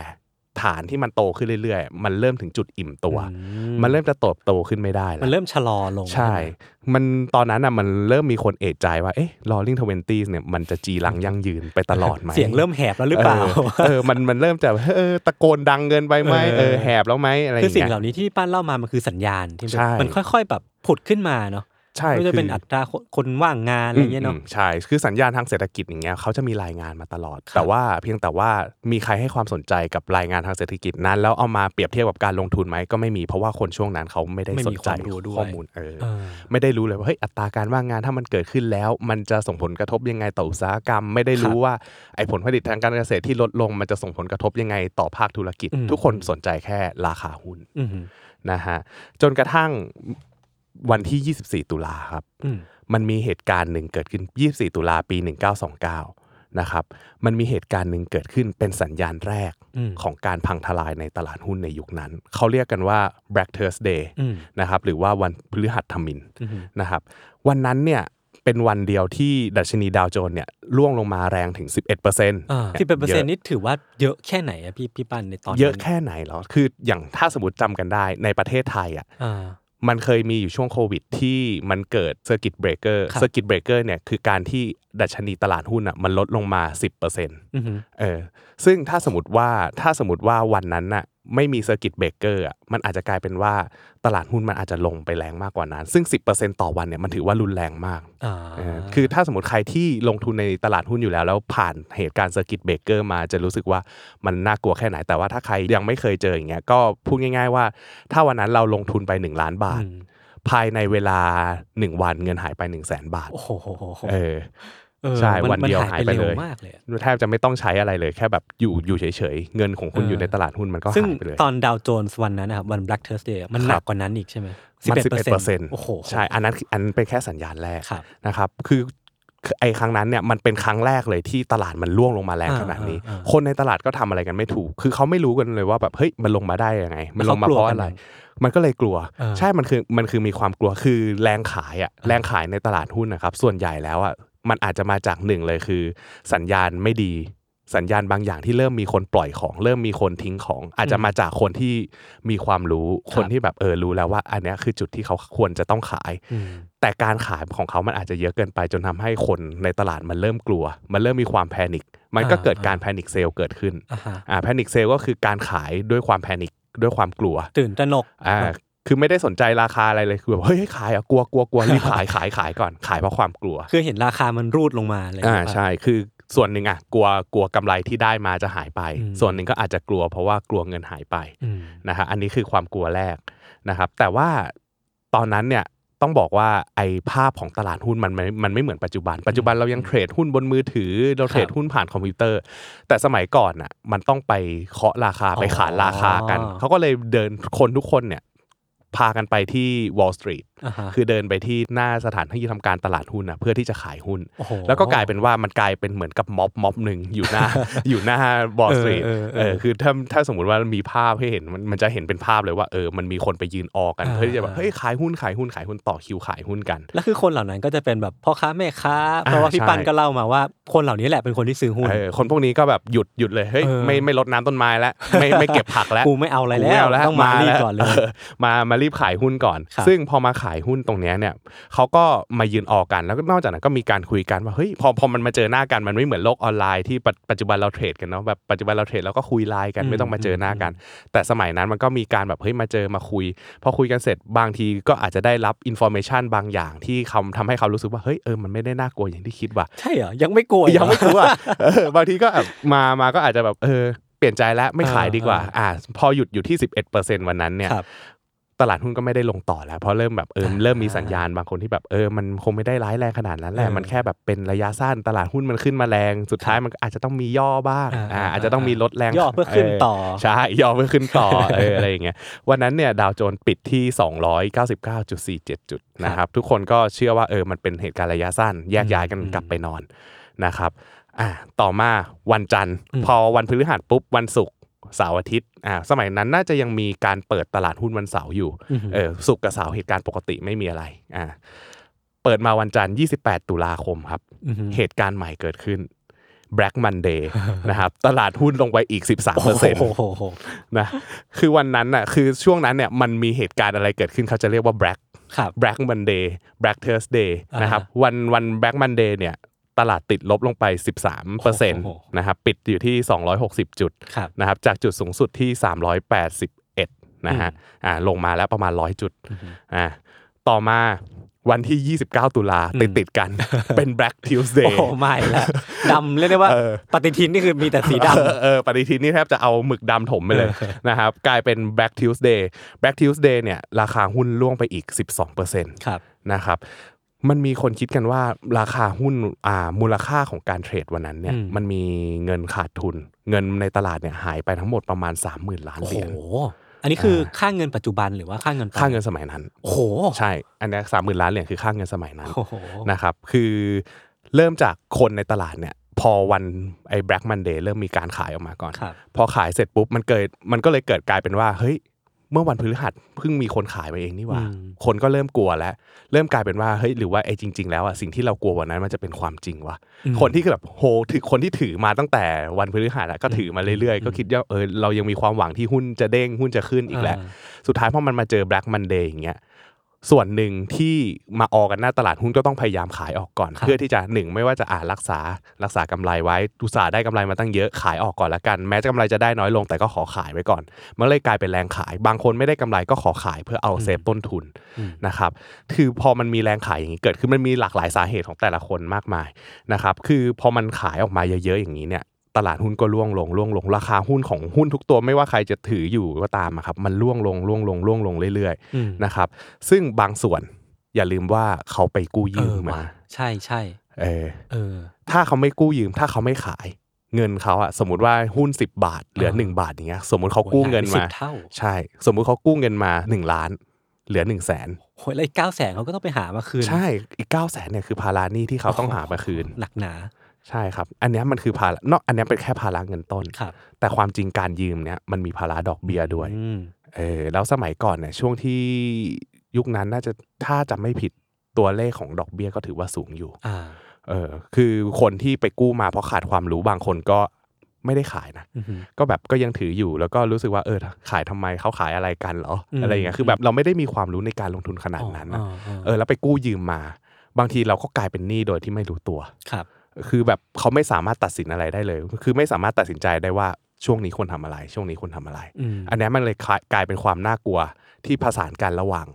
Speaker 2: ฐานที่มันโตขึ้นเรื่อยๆ มันเริ่มถึงจุดอิ่มตัว
Speaker 3: อื
Speaker 2: มันเริ่มจะโตโตขึ้นไม่ได้แล้ว
Speaker 3: มันเริ่มชะลอลง
Speaker 2: ใช่
Speaker 3: ไหม
Speaker 2: มันตอนนั้นอ่ะมันเริ่มมีคนเอะใจว่า เอ๊ะลอริงทเวนตี้เนี่ยมันจะจีรังยั่งยืนไปตลอดไหม
Speaker 3: เสียงเริ่มแหบแล้วหรือเปล่า
Speaker 2: เออ มันมันเริ่มจะเออตะโกนดังเกินไปไหม
Speaker 3: เออ
Speaker 2: เออแหบแล้วไหมอะไรอ
Speaker 3: คือสิ่
Speaker 2: ย่างง
Speaker 3: เห
Speaker 2: เงี้ย
Speaker 3: ล่านี้ที่ป้านเล่ามามันคือสัญญาณที่มัน
Speaker 2: ใช่
Speaker 3: มันค่อย ๆ แบบผุดขึ้นมาเนาะ
Speaker 2: ใช่
Speaker 3: ไม่ว่าจะเป็นอัตราคนว่างงานอะไรเงี้ยเนาะ
Speaker 2: มมใช่ คือสัญญาณทางเศรษฐกิจอย่างเงี้ยเขาจะมีรายงานมาตลอด
Speaker 3: ครับ
Speaker 2: แต่ว่าเพียงแต่ว่ามีใครให้ความสนใจกับรายงานทางเศรษฐกิจนั้น แล้วเอามาเปรียบเทียบกับการลงทุนไหมก็ไม่มีเพราะว่าคนช่วงนั้นเขาไม่ได้สนใจข้อมูลเออ
Speaker 3: เออ
Speaker 2: ไม่ได้รู้เลยว่าเฮ้ยอัตราการว่างงานถ้ามันเกิดขึ้นแล้ว มันจะส่งผลกระทบยังไงต่ออุตสาหกรรม ไม่ได้รู้ว่าไอ้ผลผลิตทางการเกษตรที่ลดลง มันจะส่งผลกระทบยังไงต่อภาคธุรกิจ
Speaker 3: อืม
Speaker 2: ทุกคนสนใจแค่ราคาหุ้น
Speaker 3: อืม
Speaker 2: นะฮะจนกระทั่งวันที่ 24 ตุลาครับ
Speaker 3: อืม
Speaker 2: มันมีเหตุการณ์หนึ่งเกิดขึ้น 24 ตุลาปี 1929 นะครับมันมีเหตุการณ์หนึ่งเกิดขึ้นเป็นสัญญาณแรก
Speaker 3: อืม
Speaker 2: ของการพังทลายในตลาดหุ้นในยุคนั้น เขาเรียกกันว่า Black Thursday
Speaker 3: อืม
Speaker 2: นะครับหรือว่าวันพฤหัสทมิน
Speaker 3: อืม
Speaker 2: นะครับวันนั้นเนี่ยเป็นวันเดียวที่ดัชนีดาวโจนส์เนี่ยร่วงลงมาแรงถึง 11%เ
Speaker 3: อ่าย ที่เป็นเปอร์เซ็นต์
Speaker 2: ยะ
Speaker 3: นี่ถือว่าเยอะแค่ไหนอะพี่พี่ปันในตอนนั้น
Speaker 2: เยอะแค่ไหนเหรอ คืออย่างถ้าสมมติจำกันได้ในประเทศไทยอ่ะ
Speaker 3: อ่า
Speaker 2: มันเคยมีอยู่ช่วงโควิดที่มันเกิดเซอร์กิตเบรกเกอร์
Speaker 3: ครับ
Speaker 2: เซอร์กิตเบรกเกอร์เนี่ยคือการที่ดัชนีตลาดหุ้นอ่ะมันลดลงมา 10%เ
Speaker 3: อืม
Speaker 2: ออซึ่งถ้าสมมติว่าถ้าสมมติว่าวันนั้นน่ะไม่มีเซอร์กิตเบรกเกอร์อ่ะมันอาจจะกลายเป็นว่าตลาดหุ้นมันอาจจะลงไปแรงมากกว่านั้น ซึ่ง 10%ต่อวันเนี่ยมันถือว่ารุนแรงมาก
Speaker 3: อ่า
Speaker 2: เออคือถ้าสมมติใครที่ลงทุนในตลาดหุ้นอยู่แล้ว แล้วผ่านเหตุการณ์เซอร์กิตเบรกเกอร์มาจะรู้สึกว่ามันน่ากลัวแค่ไหน แต่ว่าถ้าใครยังไม่เคยเจออย่างเงี้ยก็พูดง่าย ๆว่า ถ้าวันนั้นเราลงทุนไป 1 ล้านบาท
Speaker 3: ม
Speaker 2: ภายในเวลา 1 วันเงินหายไป 1 0 0 0 0แสนบาท
Speaker 3: โอ้โห
Speaker 2: เออ
Speaker 3: เออ
Speaker 2: ใช่
Speaker 3: มั
Speaker 2: วันเดียว
Speaker 3: มั
Speaker 2: หายไปเลย
Speaker 3: ร็วมากเลยอะ
Speaker 2: แทบจะไม่ต้องใช้อะไรเลยแค่แบบอยู่อยู่เฉยๆ เงินของคุณอยู่ในตลาดหุ้นมันก็
Speaker 3: ซึ่ง
Speaker 2: หายไปเลย
Speaker 3: ตอนดาวโจนส์วันนั้นนะครับวัน Black Thursday อะมันหนักกว่านั้นอีกใช่ไหม
Speaker 2: มัน
Speaker 3: 11%
Speaker 2: 11%
Speaker 3: โอ้โห
Speaker 2: ใช่อันนั้นคืออันนั้นเป็นแค่สัญญาณแรก
Speaker 3: ครับ
Speaker 2: นะครับคือคือไอ้ครั้งนั้นเนี่ยมันเป็นครั้งแรกเลยที่ตลาดมันร่วงลงมาแรง
Speaker 3: อ่า
Speaker 2: ขนาดนี้
Speaker 3: อ่าอ่า
Speaker 2: คนในตลาดก็ทำอะไรกันไม่ถูก คือเขาไม่รู้กันเลยว่าแบบเฮ้ยมันลงมาได้ยังไง มันลงมาเพราะอะไร มันก็เลยกลัว
Speaker 3: เออ
Speaker 2: ใช่มันคือมันคือมีความกลัวคือแรงขายอะแรงขายในตลาดหุ้นนะครับ ส่วนใหญ่แล้วอะมันอาจจะมาจากหนึ่งเลยคือ สัญญาณไม่ดี สัญญาณบางอย่างที่เริ่มมีคนปล่อยของ เริ่มมีคนทิ้งของ อาจจะมาจากคนที่มีความรู้คนที่แบบเออรู้แล้วว่า อันเนี้ยคือจุดที่เขาควรจะต้องขาย
Speaker 3: อืม
Speaker 2: แต่การขายของเขามันอาจจะเยอะเกินไปจนทำให้คนในตลาดมันเริ่มกลัว มันเริ่มมีความแพนิค มันก็
Speaker 3: อ่า
Speaker 2: เกิดการแพนิคเซลเกิดขึ้น
Speaker 3: อ่าฮะ
Speaker 2: อ่า แพนิคเซลก็คือการขายด้วยความแพนิคด้วยความกลัว
Speaker 3: ตื่นตระหนก
Speaker 2: อ่า คือไม่ได้สนใจราคาอะไรเลย คือแบบเฮ้ยขายอ่ะกลัวกลัวกลัวรีบขายขายขายก่อน ขายเพราะความกลัว
Speaker 3: คือเห็นราคามันรูดลงมาอะไรอย่าง
Speaker 2: อ่า
Speaker 3: เงี้ยป่ะ
Speaker 2: ใช่ คือส่วนหนึ่งอ่ะกลัวกลัวกำไรที่ได้มาจะหายไป
Speaker 3: อืม
Speaker 2: ส่วนหนึ่งก็อาจจะกลัวเพราะว่ากลัวเงินหายไป
Speaker 3: อืม
Speaker 2: นะฮะอันนี้คือความกลัวแรกนะครับ แต่ว่าตอนนั้นเนี่ยต้องบอกว่าไอ้ภาพของตลาดหุ้นมันไม่มันไม่เหมือนปัจจุบัน ปัจจุบันเรายังเทรดหุ้นบนมือถือเราเทรดหุ้นผ่านคอมพิวเตอร์ แต่สมัยก่อนน่ะมันต้องไปเคาะราคาไปขานราคากัน
Speaker 3: อ๋อ
Speaker 2: เขาก็เลยเดินคนทุกคนเนี่ยพากันไปที่ Wall Street
Speaker 3: อ่าฮะ
Speaker 2: คือเดินไปที่หน้าสถานที่ทำการตลาดหุ้นนะเพื่อที่จะขายหุ้น
Speaker 3: โอ้โห
Speaker 2: แล้วก็กลายเป็นว่ามันกลายเป็นเหมือนกับม็อบม็อบหนึ่งอยู่ห
Speaker 3: *laughs*
Speaker 2: น้า อยู่หน้าบอสตรีท
Speaker 3: เออเออเออ
Speaker 2: เออคือถ้าถ้าสมมติว่ามีภาพให้เห็นมันมันจะเห็นเป็นภาพเลยว่าเออมันมีคนไปยืนออกกัน
Speaker 3: อ่า
Speaker 2: เพื่อที่จะแบบเฮ้ยขายหุ้นขายหุ้นขายหุ้นต่อคิวขายหุ้นกัน
Speaker 3: แล้วคือคนเหล่านั้นก็จะเป็นแบบพ่อค้าแม่ค้า เพราะว่า
Speaker 2: ใช่
Speaker 3: พี่ปันก็เล่ามาว่า คนเหล่านี้แหละเป็นคนที่ซื้อหุ้น
Speaker 2: เออคนพวกนี้ก็แบบหยุดหยุดเลยเฮ้ย
Speaker 3: เออ
Speaker 2: ไม่ไม่ลดน้ำต้นไม้แล้วไม่ไม่เก็บผักแล้ว
Speaker 3: กูไม่เอาอะไร
Speaker 2: กู
Speaker 3: แล้ว
Speaker 2: เา
Speaker 3: ต้องมารีบ
Speaker 2: แว
Speaker 3: ก่อนเลย
Speaker 2: ออมามา รีบขายหุ้นก่อน
Speaker 3: ครับ
Speaker 2: ซึ่งพอมาขายหุ้นตรงเนี้ยเนี่ยเขาก็มายืนออกกันแล้วก็นอกจากนั้นก็มีการคุยกันว่าเฮ้ยพอพอมันมาเจอหน้ากันมันไม่เหมือนโลกออนไลน์ที่ปัจปัจจุบันเราเทรดกันเนาะแบบปัจจุบันเราเทรดเราก็คุยไลน์กันไม่ต้องมาเจอหน้ากัน แต่สมัยนั้นมันก็มีการแบบเฮ้ยมาเจอมาคุย พอคุยกันเสร็จบางทีก็อาจจะได้รับอินโฟเมชันบางอย่างที่คำทำให้เขารู้สึกว่าเฮ้ยเออมันไม่ได้น่ากลัวอย่างที่คิดว่ะ
Speaker 3: ใช่เหรอยังไม่โกย
Speaker 2: ยังไม่รู้อ่ะเออบางทีก็แบบมามาก็อาจจะแบบเออเปลี่ยนใจแล้วไม่ขายดีกว่า อ่า พอหยุดอยู่ที่ 11%วันนั้นเนี่ย
Speaker 3: ครับ
Speaker 2: ตลาดหุ้นก็ไม่ได้ลงต่อแล้ว เพราะเริ่มแบบเออ
Speaker 3: อ่า
Speaker 2: เริ่มมีสัญญาณบางคนที่แบบเออมันคงไม่ได้ร้ายแรงขนาดนั้นแหละ
Speaker 3: เออ
Speaker 2: มันแค่แบบเป็นระยะสั้นตลาดหุ้นมันขึ้นมาแรงสุดท้ายมันก็อาจจะต้องมีย่อบ้าง
Speaker 3: อ่า
Speaker 2: อ่าอาจจะต้องมีลดแรง
Speaker 3: ย่อเพื่อขึ้นต่อ
Speaker 2: ใช่ย่อเพื่อขึ้นต่อเอ
Speaker 3: *laughs*
Speaker 2: ออะไรอย่างเงี้ยวันนั้นเนี่ยดาวโจนส์ปิดที่ 299.47 จุดนะครับทุกคนก็เชื่อว่าเออมันเป็นเหตุการณ์ระยะสั้น แยกย้ายกันกลับไปนอน นะครับอ่าต่อมาวันจันทร์
Speaker 3: อืม
Speaker 2: พอวันพฤหัสปุ๊บวันศุกร์เสาร์อาทิตย์อ่าสมัยนั้นน่าจะยังมีการเปิดตลาดหุ้นวันเสาร์อยู่
Speaker 3: ม
Speaker 2: เออศุกร์กับเสาร์เหตุการณ์ปกติไม่มีอะไรอ่าเปิดมาวันจันทร์ 28 ตุลาคมครับ
Speaker 3: ม
Speaker 2: เหตุการณ์ใหม่เกิดขึ้น Black Monday นะครับตลาดหุ้นลงไปอีก 13เปอร์เซ็นต์
Speaker 3: โอ้โหโอ้โห
Speaker 2: นะ *laughs* คือวันนั้นน่ะคือช่วงนั้นเนี่ยมันมีเหตุการณ์อะไรเกิดขึ้นเขาจะเรียกว่า Black
Speaker 3: ครับ
Speaker 2: Black Monday Black Thursday
Speaker 3: อ่าฮะ
Speaker 2: นะครับวันวัน Black Monday เนี่ยตลาดติดลบลงไป 13%
Speaker 3: โอ้โห
Speaker 2: นะครับปิดอยู่ที่ 260 จุด
Speaker 3: ครับ
Speaker 2: นะครับจากจุดสูงสุดที่ 381นะฮะอ่าลงมาแล้วประมาณ 100 จุดอ่าต่อมาวันที่ 29 ตุลาติดติดๆกัน เป็น Black
Speaker 3: โอ้
Speaker 2: Tuesday
Speaker 3: โหไม่
Speaker 2: *laughs*
Speaker 3: ละดำเรียกได้ว่า
Speaker 2: เออ
Speaker 3: ปฏิทินนี่คือมีแต่สีด
Speaker 2: เออเออปฏิทินนี่แทบจะเอาหมึกดำถมไปเลย นะครับกลายเป็น Black Tuesday Black Tuesday เนี่ยราคาหุ้นล่วงไปอีก 12%
Speaker 3: ำครับ
Speaker 2: นะครับ มันมีคนคิดกันว่าราคาหุ้นอ่ามูลค่าของการเทรดวันนั้นเนี่ย
Speaker 3: อืม
Speaker 2: มันมีเงินขาดทุน เงินในตลาดเนี่ยหายไปทั้งหมดประมาณ 30,000 ล้าน
Speaker 3: โอ้
Speaker 2: เห
Speaker 3: โห
Speaker 2: รียญ
Speaker 3: อันนี้คือค่าเงินปัจจุบันหรือว่าค่าเงินตอ
Speaker 2: ค่าเงินสมัยนั้น
Speaker 3: โอ้โห
Speaker 2: ใช่ อันเนี้สามหมื่นล้านเหรียญคือค่าเงินสมัยนั้น
Speaker 3: โอ้โห
Speaker 2: นะครับคือเริ่มจากคนในตลาดเนี่ยพอวันไอ้ Black Monday เริ่มมีการขายออกมาก่อน
Speaker 3: ครับ
Speaker 2: พอขายเสร็จปุ๊บมันเกิดมันก็เลยเกิดกลายเป็นว่าเฮ้ยเมื่อวันพฤหัสเพิ่งมีคนขายมาเองนี่หว่า
Speaker 3: อืม
Speaker 2: คนก็เริ่มกลัวแล้ว เริ่มกลายเป็นว่าเฮ้ยหรือว่าไอ้จริง ๆ แล้วอะสิ่งที่เรากลัววันนั้นมันจะเป็นความจริงวะคนที่คือแบบโหถือคนที่ถือมาตั้งแต่วันพฤหัสอะก็ถือมาเรื่อยๆ ก็คิดว่าเออเรายังมีความหวังที่หุ้นจะเด้งหุ้นจะขึ้นอีกแหละ
Speaker 3: อ่า
Speaker 2: สุดท้ายพอมันมาเจอ Black Monday อย่างเงี้ยส่วนหนึ่งที่มาออกกันหน้าตลาดหุ้นก็ต้องพยายามขายออกก่อน
Speaker 3: ครับ
Speaker 2: เพื่อที่จะหนึ่งไม่ว่าจะอ่ารักษารักษากำไรไว้อุตสาห์ได้กำไรมาตั้งเยอะขายออกก่อนละกัน แม้จะกำไรจะได้น้อยลงแต่ก็ขอขายไว้ก่อนมันเลยกลายเป็นแรงขาย บางคนไม่ได้กำไรก็ขอขายเพื่อเอาเซฟต้นทุนนะครับคือพอมันมีแรงขายอย่างนี้เกิดขึ้นมันมีหลากหลายสาเหตุของแต่ละคนมากมายนะครับคือพอมันขายออกมาเยอะๆอย่างนี้เนี่ย ตลาดหุ้นก็ร่วงลงร่วงลงราคาหุ้นของหุ้นทุกตัวไม่ว่าใครจะถืออยู่ก็ตามอะครับมันร่วงลงร่วงลงร่วงลงเรื่อย
Speaker 3: อืม
Speaker 2: ๆนะครับซึ่งบางส่วนอย่าลืมว่าเขาไปกู้ยืม
Speaker 3: เออว่ะ
Speaker 2: มา
Speaker 3: ใช่ใช่
Speaker 2: เออ
Speaker 3: เออ
Speaker 2: ถ้าเขาไม่กู้ยืม ถ้าเขาไม่ขาย เงินเขาอะสมมติว่าหุ้น 10 บาท เหลือ
Speaker 3: เออ
Speaker 2: 1 บาทอย่างเงี้ยสมมติเขากู้เงิน
Speaker 3: สิ
Speaker 2: มา
Speaker 3: บเท่า
Speaker 2: ใช่ สมมุติเขากู้เงินมา 1 ล้าน เหลือ1นึ่งแสน
Speaker 3: โหยแล้วอีกเก้าแสนเขาก็ต้องไปหามาคืน
Speaker 2: ใช่อีก9ก้าแสนเนี่ยคือภาระหนี้ที่เขาต้องหามาคืน
Speaker 3: หนักหนา
Speaker 2: ใช่ครับ อันเนี้ยมันคือภาระเนอกอันเนี้ยเป็นแค่ภาระเงินต้น
Speaker 3: ครับ
Speaker 2: แต่ความจริงการยืมเนี่ยมันมีภาระดอกเบี้ยด้วย
Speaker 3: อืม
Speaker 2: เออแล้วสมัยก่อนเนี่ยช่วงที่ยุคนั้นน่าจะถ้าจำไม่ผิดตัวเลขของดอกเบี้ยก็ถือว่าสูงอยู่
Speaker 3: อ่า
Speaker 2: เออคือคนที่ไปกู้มาเพราะขาดความรู้บางคนก็ไม่ได้ขายนะ
Speaker 3: อือหือ
Speaker 2: ก็แบบก็ยังถืออยู่แล้วก็รู้สึกว่าเออขายทำไมเขาขายอะไรกันเหรอ
Speaker 3: อืม
Speaker 2: อะไรอย่างเงี้ยคือแบบเราไม่ได้มีความรู้ในการลงทุนขนาดนั้นนะ
Speaker 3: อ๋ออ๋อ
Speaker 2: เออแล้วไปกู้ยืมมา บางทีเราก็กลายเป็นหนี้โดยที่ไม่รู้ตัว
Speaker 3: ครับ
Speaker 2: คือแบบเขาไม่สามารถตัดสินอะไรได้เลย คือไม่สามารถตัดสินใจได้ว่าช่วงนี้ควรทำอะไร ช่วงนี้ควรทำอะไร
Speaker 3: อืม
Speaker 2: อันเนี้ยมันเลยคล้ายกลายเป็นความน่ากลัวที่ผสานกันระหว่าง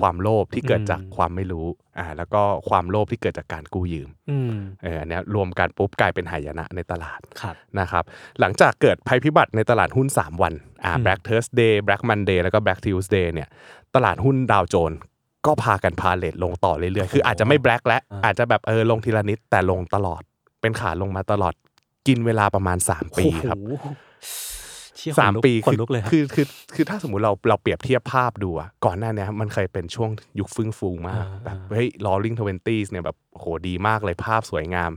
Speaker 2: ความโลภที่เกิดจาก
Speaker 3: อืม
Speaker 2: ความไม่รู้อ่าแล้วก็ความโลภที่เกิดจากการกู้ยืม
Speaker 3: อืม
Speaker 2: เอออันเนี้ยรวมกันปุ๊บกลายเป็นหายนะในตลาด
Speaker 3: ครับ
Speaker 2: นะครับหลังจากเกิดภัยพิบัติในตลาดหุ้น 3 วันอ่า
Speaker 3: อืม
Speaker 2: Black Thursday Black Monday แล้วก็ Black Tuesday เนี่ยตลาดหุ้นดาวโจนส์ก็พากันพาเลทลงต่อเรื่อยๆ คืออาจจะไม่ Black แล้ว
Speaker 3: อ่า
Speaker 2: อาจจะแบบเออลงทีละนิดแต่ลงตลอด เป็นขาลงมาตลอดกินเวลาประมาณ 3 ปีครับ
Speaker 3: โอ้โหเชี่ย
Speaker 2: สาม
Speaker 3: ขนลุก
Speaker 2: ปี
Speaker 3: ข
Speaker 2: คื
Speaker 3: น
Speaker 2: อ
Speaker 3: ลุกเลยครับ
Speaker 2: คือคือคือถ้าสมมติเราเราเปรียบเทียบภาพดูอะก่อนหน้าเนี้ยมันเคยเป็นช่วงยุคเฟื่องฟูมาก
Speaker 3: อ่า
Speaker 2: แบบ
Speaker 3: อ่า
Speaker 2: เฮ้ย Rolling Twenties เนี่ยแบบโหดีมากเลยภาพสวยงาม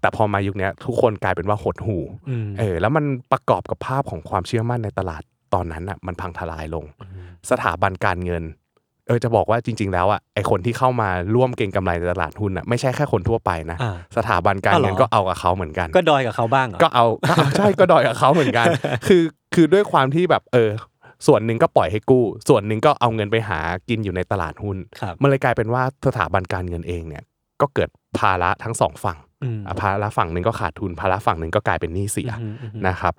Speaker 2: แต่พอมายุคเนี้ยทุกคนกลายเป็นว่าหดหู่
Speaker 3: ม
Speaker 2: เออแล้วมันประกอบกับภาพของความเชื่อมั่นในตลาดตอนนั้นอะมันพังทลายลง
Speaker 3: ม
Speaker 2: สถาบันการเงิน เออจะบอกว่าจริง ๆ แล้วอะไอคนที่เข้ามาร่วมเก็งกำไรในตลาดหุ้นอะไม่ใช่แค่คนทั่วไปนะ
Speaker 3: อ่า
Speaker 2: สถาบันการเงิน
Speaker 3: อ๋อเหรอ
Speaker 2: ก็เอากับเขาเหมือนกัน
Speaker 3: ก็
Speaker 2: *laughs*
Speaker 3: ดอยกับเขาบ้างเหรอ *laughs*
Speaker 2: ก็เอาก็เอาใช่ก็ดอยกับเขาเหมือนกัน คือคือด้วยความที่แบบเออ ส่วนหนึ่งก็ปล่อยให้กู้ ส่วนหนึ่งก็เอาเงินไปหากินอยู่ในตลาดหุ้น
Speaker 3: ครับ
Speaker 2: มันเลยกลายเป็นว่าสถาบันการเงินเองเนี่ยก็เกิดภาระทั้งสองฝั่ง
Speaker 3: อืม
Speaker 2: อ่ะภาระฝั่งหนึ่งก็ขาดทุน ภาระฝั่งหนึ่งก็กลายเป็นหนี้เสีย
Speaker 3: อืมอืมอืม
Speaker 2: นะครับ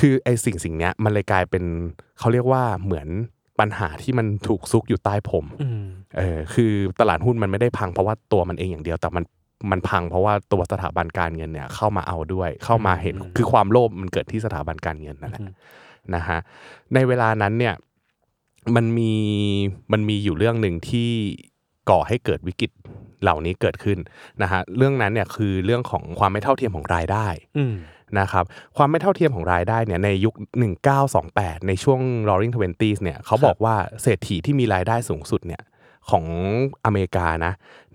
Speaker 2: คือไอ้สิ่งสิ่งเนี้ยมันเลยกลายเป็นเขาเรียกว่าเหมือนปัญหาที่มันถูกซุกอยู่ใต้ผม
Speaker 3: อืม
Speaker 2: เออ คือตลาดหุ้นมันไม่ได้พังเพราะว่าตัวมันเองอย่างเดียว แต่มันมันพังเพราะว่าตัวสถาบันการเงินเนี่ยเข้ามาเอาด้วย เข้ามาเห็น คือความโลภมันเกิดที่สถาบันการเงินนั่นแหละ นะฮะในเวลานั้นเนี่ยมันมีมันมีอยู่เรื่องหนึ่งที่ก่อให้เกิดวิกฤตเหล่านี้เกิดขึ้นนะฮะเรื่องนั้นเนี่ยคือเรื่องของความไม่เท่าเทียมของรายได้
Speaker 3: อืม
Speaker 2: นะครับความไม่เท่าเทียมของรายได้เนี่ยในยุค 1928 ในช่วง Roaring Twenties เนี่ยเขาบอกว่าเศรษฐีที่มีรายได้สูงสุดเนี่ยของอเมริกานะ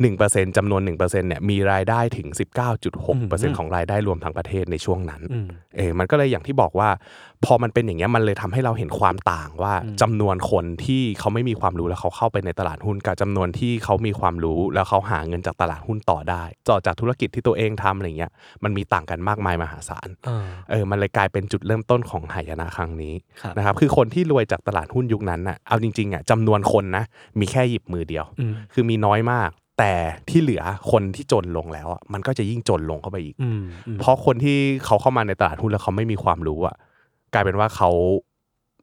Speaker 2: 1%จำนวน1%เนี่ยมีรายได้ถึง 19.6%ของรายได้รวมทั้งประเทศในช่วงนั้น
Speaker 3: อืม
Speaker 2: เออมันก็เลยอย่างที่บอกว่า พอมันเป็นอย่างเงี้ยมันเลยทำให้เราเห็นความต่างว่าจำนวนคนที่เขาไม่มีความรู้แล้วเขาเข้าไปในตลาดหุ้นกับจำนวนที่เขามีความรู้แล้วเขาหาเงินจากตลาดหุ้นต่อได้ต่อจากธุรกิจที่ตัวเองทำอะไรเงี้ยมันมีต่างกันมากมายมหาศาล
Speaker 3: อ่า
Speaker 2: เออมันเลยกลายเป็นจุดเริ่มต้นของหายนะครั้งนี้
Speaker 3: ครับ
Speaker 2: นะครับคือคนที่รวยจากตลาดหุ้นยุคนั้นน่ะเอาจริงๆอ่ะจำนวนคนนะมีแค่หยิบมือเดียว
Speaker 3: อืม
Speaker 2: คือมีน้อยมาก แต่ที่เหลือคนที่จนลงแล้วอ่ะมันก็จะยิ่งจนลงเข้าไปอีก
Speaker 3: อืมอืม
Speaker 2: เพราะคนที่เขาเข้ามาในตลาดหุ้นแล้วเขาไม่มีความรู้อะกลายเป็นว่าเขา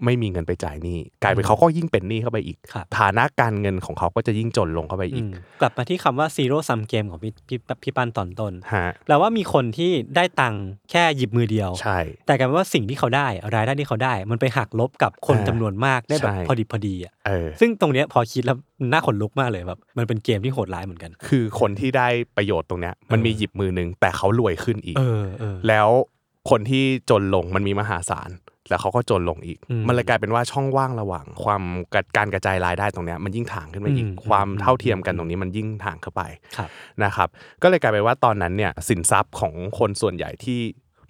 Speaker 2: ไม่มีเงินไปจ่ายหนี้กลายเป็นเขาก็ยิ่งเป็นหนี้เข้าไปอีก
Speaker 3: ครับ
Speaker 2: ฐานะการเงินของเขาก็จะยิ่งจนลงเข้าไป
Speaker 3: อื
Speaker 2: อีก
Speaker 3: มกลับมาที่คำว่า zero sum game ของพี่พี่พี่ปันตอนต้น
Speaker 2: ฮะ
Speaker 3: แปลว่ามีคนที่ได้ตังค์แค่หยิบมือเดียว
Speaker 2: ใช่
Speaker 3: แต่กลายเป็นว่าสิ่งที่เขาได้รายได้ที่เขาได้ มันไปหักลบกับคน
Speaker 2: อ่า
Speaker 3: จำนวนมากได้แบบ
Speaker 2: ใช่
Speaker 3: พอดีพอดีอ่ะ
Speaker 2: เออ
Speaker 3: ซึ่งตรงเนี้ยพอคิดแล้วน่าขนลุกมากเลยแบบมันเป็นเกมที่โหดร้ายเหมือนกัน
Speaker 2: คือคนที่ได้ประโยชน์ตรงเนี้ยมันมีหยิบมือหนึ่งแต่เขารวยขึ้นอีก
Speaker 3: เออเออ
Speaker 2: แล้วคนที่จนลงมันมีมหาศาลแล้วเขาก็จนลงอีก
Speaker 3: อืม
Speaker 2: มันเลยกลายเป็นว่าช่องว่างระหว่าง ความกระการกระจายรายได้ตรงเนี้ยมันยิ่งถ่างขึ้นไปอีก
Speaker 3: อืม
Speaker 2: ความเท่าเทียมกันตรงนี้มันยิ่งถ่างเข้าไป
Speaker 3: ครับ
Speaker 2: นะครับก็เลยกลายเป็นว่าตอนนั้นเนี่ยสินทรัพย์ของคนส่วนใหญ่ที่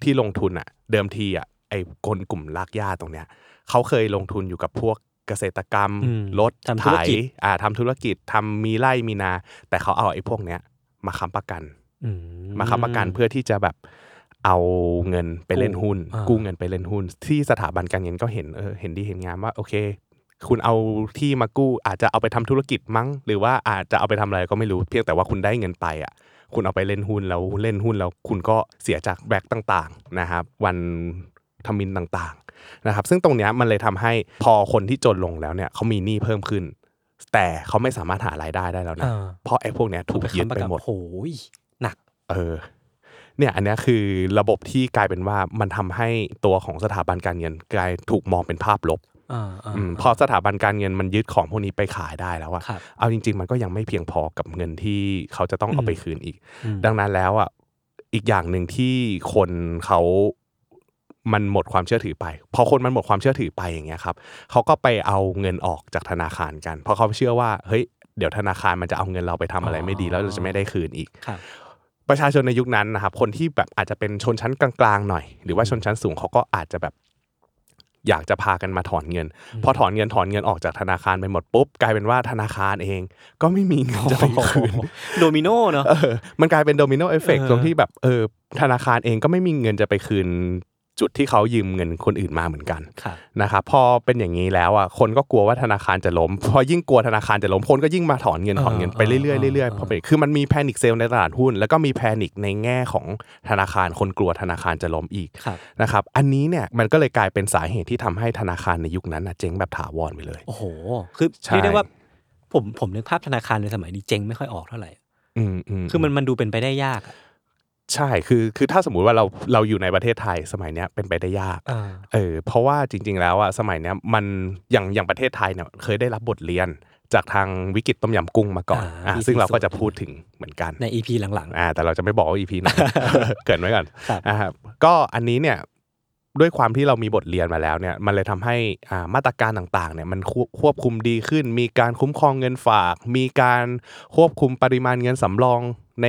Speaker 2: ที่ลงทุนอ่ะเดิมทีอ่ะไอ้คนกลุ่มลากหญ้าตรงเนี้ยเขาเคยลงทุนอยู่กับพวกเกษตรกรรม
Speaker 3: อืม
Speaker 2: รถ
Speaker 3: ทำ
Speaker 2: ไถ
Speaker 3: ธุรกิจ
Speaker 2: อ่าทำธุรกิจทำมีไร่มีนา แต่เขาเอาไอ้พวกเนี้ยมาค้ำประกัน
Speaker 3: อื
Speaker 2: มาค้ำประกันเพื่อที่จะแบบเอาเงินไปเล่นหุ้น
Speaker 3: อ่ากู้
Speaker 2: กู้เงินไปเล่นหุ้น ที่สถาบันการเงินก็เห็นเออเห็นดีเห็นงามว่าโอเค คุณเอาที่มากู้อาจจะเอาไปทำธุรกิจมั้ง หรือว่าอาจจะเอาไปทำอะไรก็ไม่รู้เพียงแต่ว่าคุณได้เงินไปอ่ะ คุณเอาไปเล่นหุ้นแล้วเล่นหุ้นแล้วคุณก็เสียจากแบล็กต่างๆนะครับวันทมินต่างๆนะครับซึ่งตรงเนี้ยมันเลยทำให้พอคนที่จนลงแล้วเนี่ยเขามีหนี้เพิ่มขึ้น แต่เขาไม่สามารถหารายได้ได้แล้วนะ
Speaker 3: อ่า
Speaker 2: เพราะไอ้พวกเนี้ยถูกยึดไปหมด
Speaker 3: โอ้ยหนัก
Speaker 2: เออเนี่ยอันเนี้ยคือระบบที่กลายเป็นว่ามันทำให้ตัวของสถาบันการเงินกลายถูกมองเป็นภาพลบ
Speaker 3: อ่าอ่า
Speaker 2: อมพอสถาบันการเงินมันยึดของพวกนี้ไปขายได้แล้วอะ
Speaker 3: ครับ
Speaker 2: เอาจริง ๆ มันก็ยังไม่เพียงพอกับเงินที่เขาจะต้องเอาไปคืนอีก
Speaker 3: อืม
Speaker 2: ดังนั้นแล้วอะอีกอย่างหนึ่งที่คนเขามันหมดความเชื่อถือไปพอคนมันหมดความเชื่อถือไปอย่างเงี้ยครับเขาก็ไปเอาเงินออกจากธนาคารกัน เพราะเขาเชื่อว่าเฮ้ยเดี๋ยวธนาคารมันจะเอาเงินเราไปทำอะไรไม่ดีแล้วเราจะไม่ได้คืนอีก
Speaker 3: ครับ
Speaker 2: ประชาชนในยุคนั้นนะครับ คนที่แบบอาจจะเป็นชนชั้นกลางๆหน่อย หรือว่าชนชั้นสูงเขาก็อาจจะแบบ อยากจะพากันมาถอนเงิน พอถอนเงินถอนเงินออกจากธนาคารไปหมดปุ๊บกลายเป็นว่าธนาคารเอง ก็ไม่มีเงินจะไปคืน
Speaker 3: โดมิโนเนอะ
Speaker 2: เออมันกลายเป็นโดมิโนเอฟเฟก
Speaker 3: เออ
Speaker 2: ตรงที่แบบเออธนาคารเองก็ไม่มีเงินจะไปคืน จุดที่เขายืมเงินคนอื่นมาเหมือนกัน
Speaker 3: ครับ
Speaker 2: นะครับพอเป็นอย่างนี้แล้วอ่ะคนก็กลัวว่าธนาคารจะล้ม พอยิ่งกลัวธนาคารจะล้มคนก็ยิ่งมาถอนเงิน
Speaker 3: เออ
Speaker 2: ถอนเงินไป
Speaker 3: เออ
Speaker 2: เรื่อยๆเรื่อย
Speaker 3: เออ
Speaker 2: ๆพอเป็นคือมันมีแพนิคเซลในตลาดหุ้น แล้วก็มีแพนิคในแง่ของธนาคารคนกลัวธนาคารจะล้มอีก
Speaker 3: ครับ
Speaker 2: นะครับอันนี้เนี่ยมันก็เลยกลายเป็นสาเหตุที่ทำให้ธนาคารในยุคนั้นน่ะเจ๊งแบบถาวรไปเลย
Speaker 3: โอ้โห คือ
Speaker 2: ใช่
Speaker 3: เรียกได้ว่า ผมผมนึกภาพธนาคารในสมัยนี้เจ๊งไม่ค่อยออกเท่าไหร่
Speaker 2: อืมอืม
Speaker 3: คือมันมันดูเป็นไปได้ยากอะ
Speaker 2: ใช่ คือ คือถ้าสมมุติว่าเรา เราอยู่ในประเทศไทยสมัยเนี้ยเป็นไปได้ยาก
Speaker 3: อ่า
Speaker 2: เออ เพราะว่าจริง ๆ แล้วอะสมัยเนี้ยมันอย่าง อย่างประเทศไทยเนี่ยเคยได้รับบทเรียนจากทางวิกฤตต้มยำกุ้งมาก่อน
Speaker 3: อ่า
Speaker 2: อ่ะ
Speaker 3: ปี
Speaker 2: ซึ่งเราก็
Speaker 3: 40
Speaker 2: จะพูดถึงเหมือนกัน
Speaker 3: ในอีพีหลัง
Speaker 2: อ่าแต่เราจะไม่บอกว่า EP
Speaker 3: *laughs*
Speaker 2: ไหน เกรินไว้ก่อน
Speaker 3: ครับ
Speaker 2: นะครับก็อันนี้เนี่ยด้วยความที่เรามีบทเรียนมาแล้วเนี่ยมันเลยทำให้อ่ามาตรการต่างๆเนี่ยมันควบควบคุมดีขึ้น มีการคุ้มครองเงินฝาก มีการควบคุมปริมาณเงินสำรองใน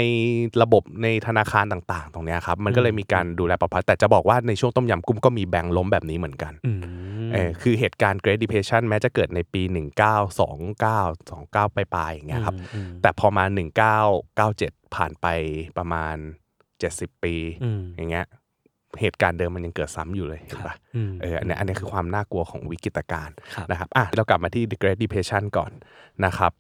Speaker 2: ระบบในธนาคารต่างๆ ตรงเนี้ยครับมันก็เลยมีการดูแลประพัดแต่จะบอกว่าในช่วงต้มยำกุ้งก็มีแบงค์ล้มแบบนี้เหมือนกัน
Speaker 3: ๆ อืม
Speaker 2: เออคือเหตุการณ์ Great Depression แม้จะเกิดในปี 1929 29ปลายๆอย่างเงี้ยครับ
Speaker 3: อืมอืม
Speaker 2: แต่พอมา 1997 ผ่านไปประมาณ 70 ปี
Speaker 3: อืม
Speaker 2: อย่างเงี้ย เหตุการณ์เดิมมันยังเกิดซ้ำอยู่เลยเห็นปะ
Speaker 3: อืม
Speaker 2: เอออันเนี้ยอันเนี้ยคือความน่ากลัวของวิกฤตการณ์
Speaker 3: ครับ
Speaker 2: นะครับอ่ะเรากลับมาที่ The Great Depression ก่อนนะครับ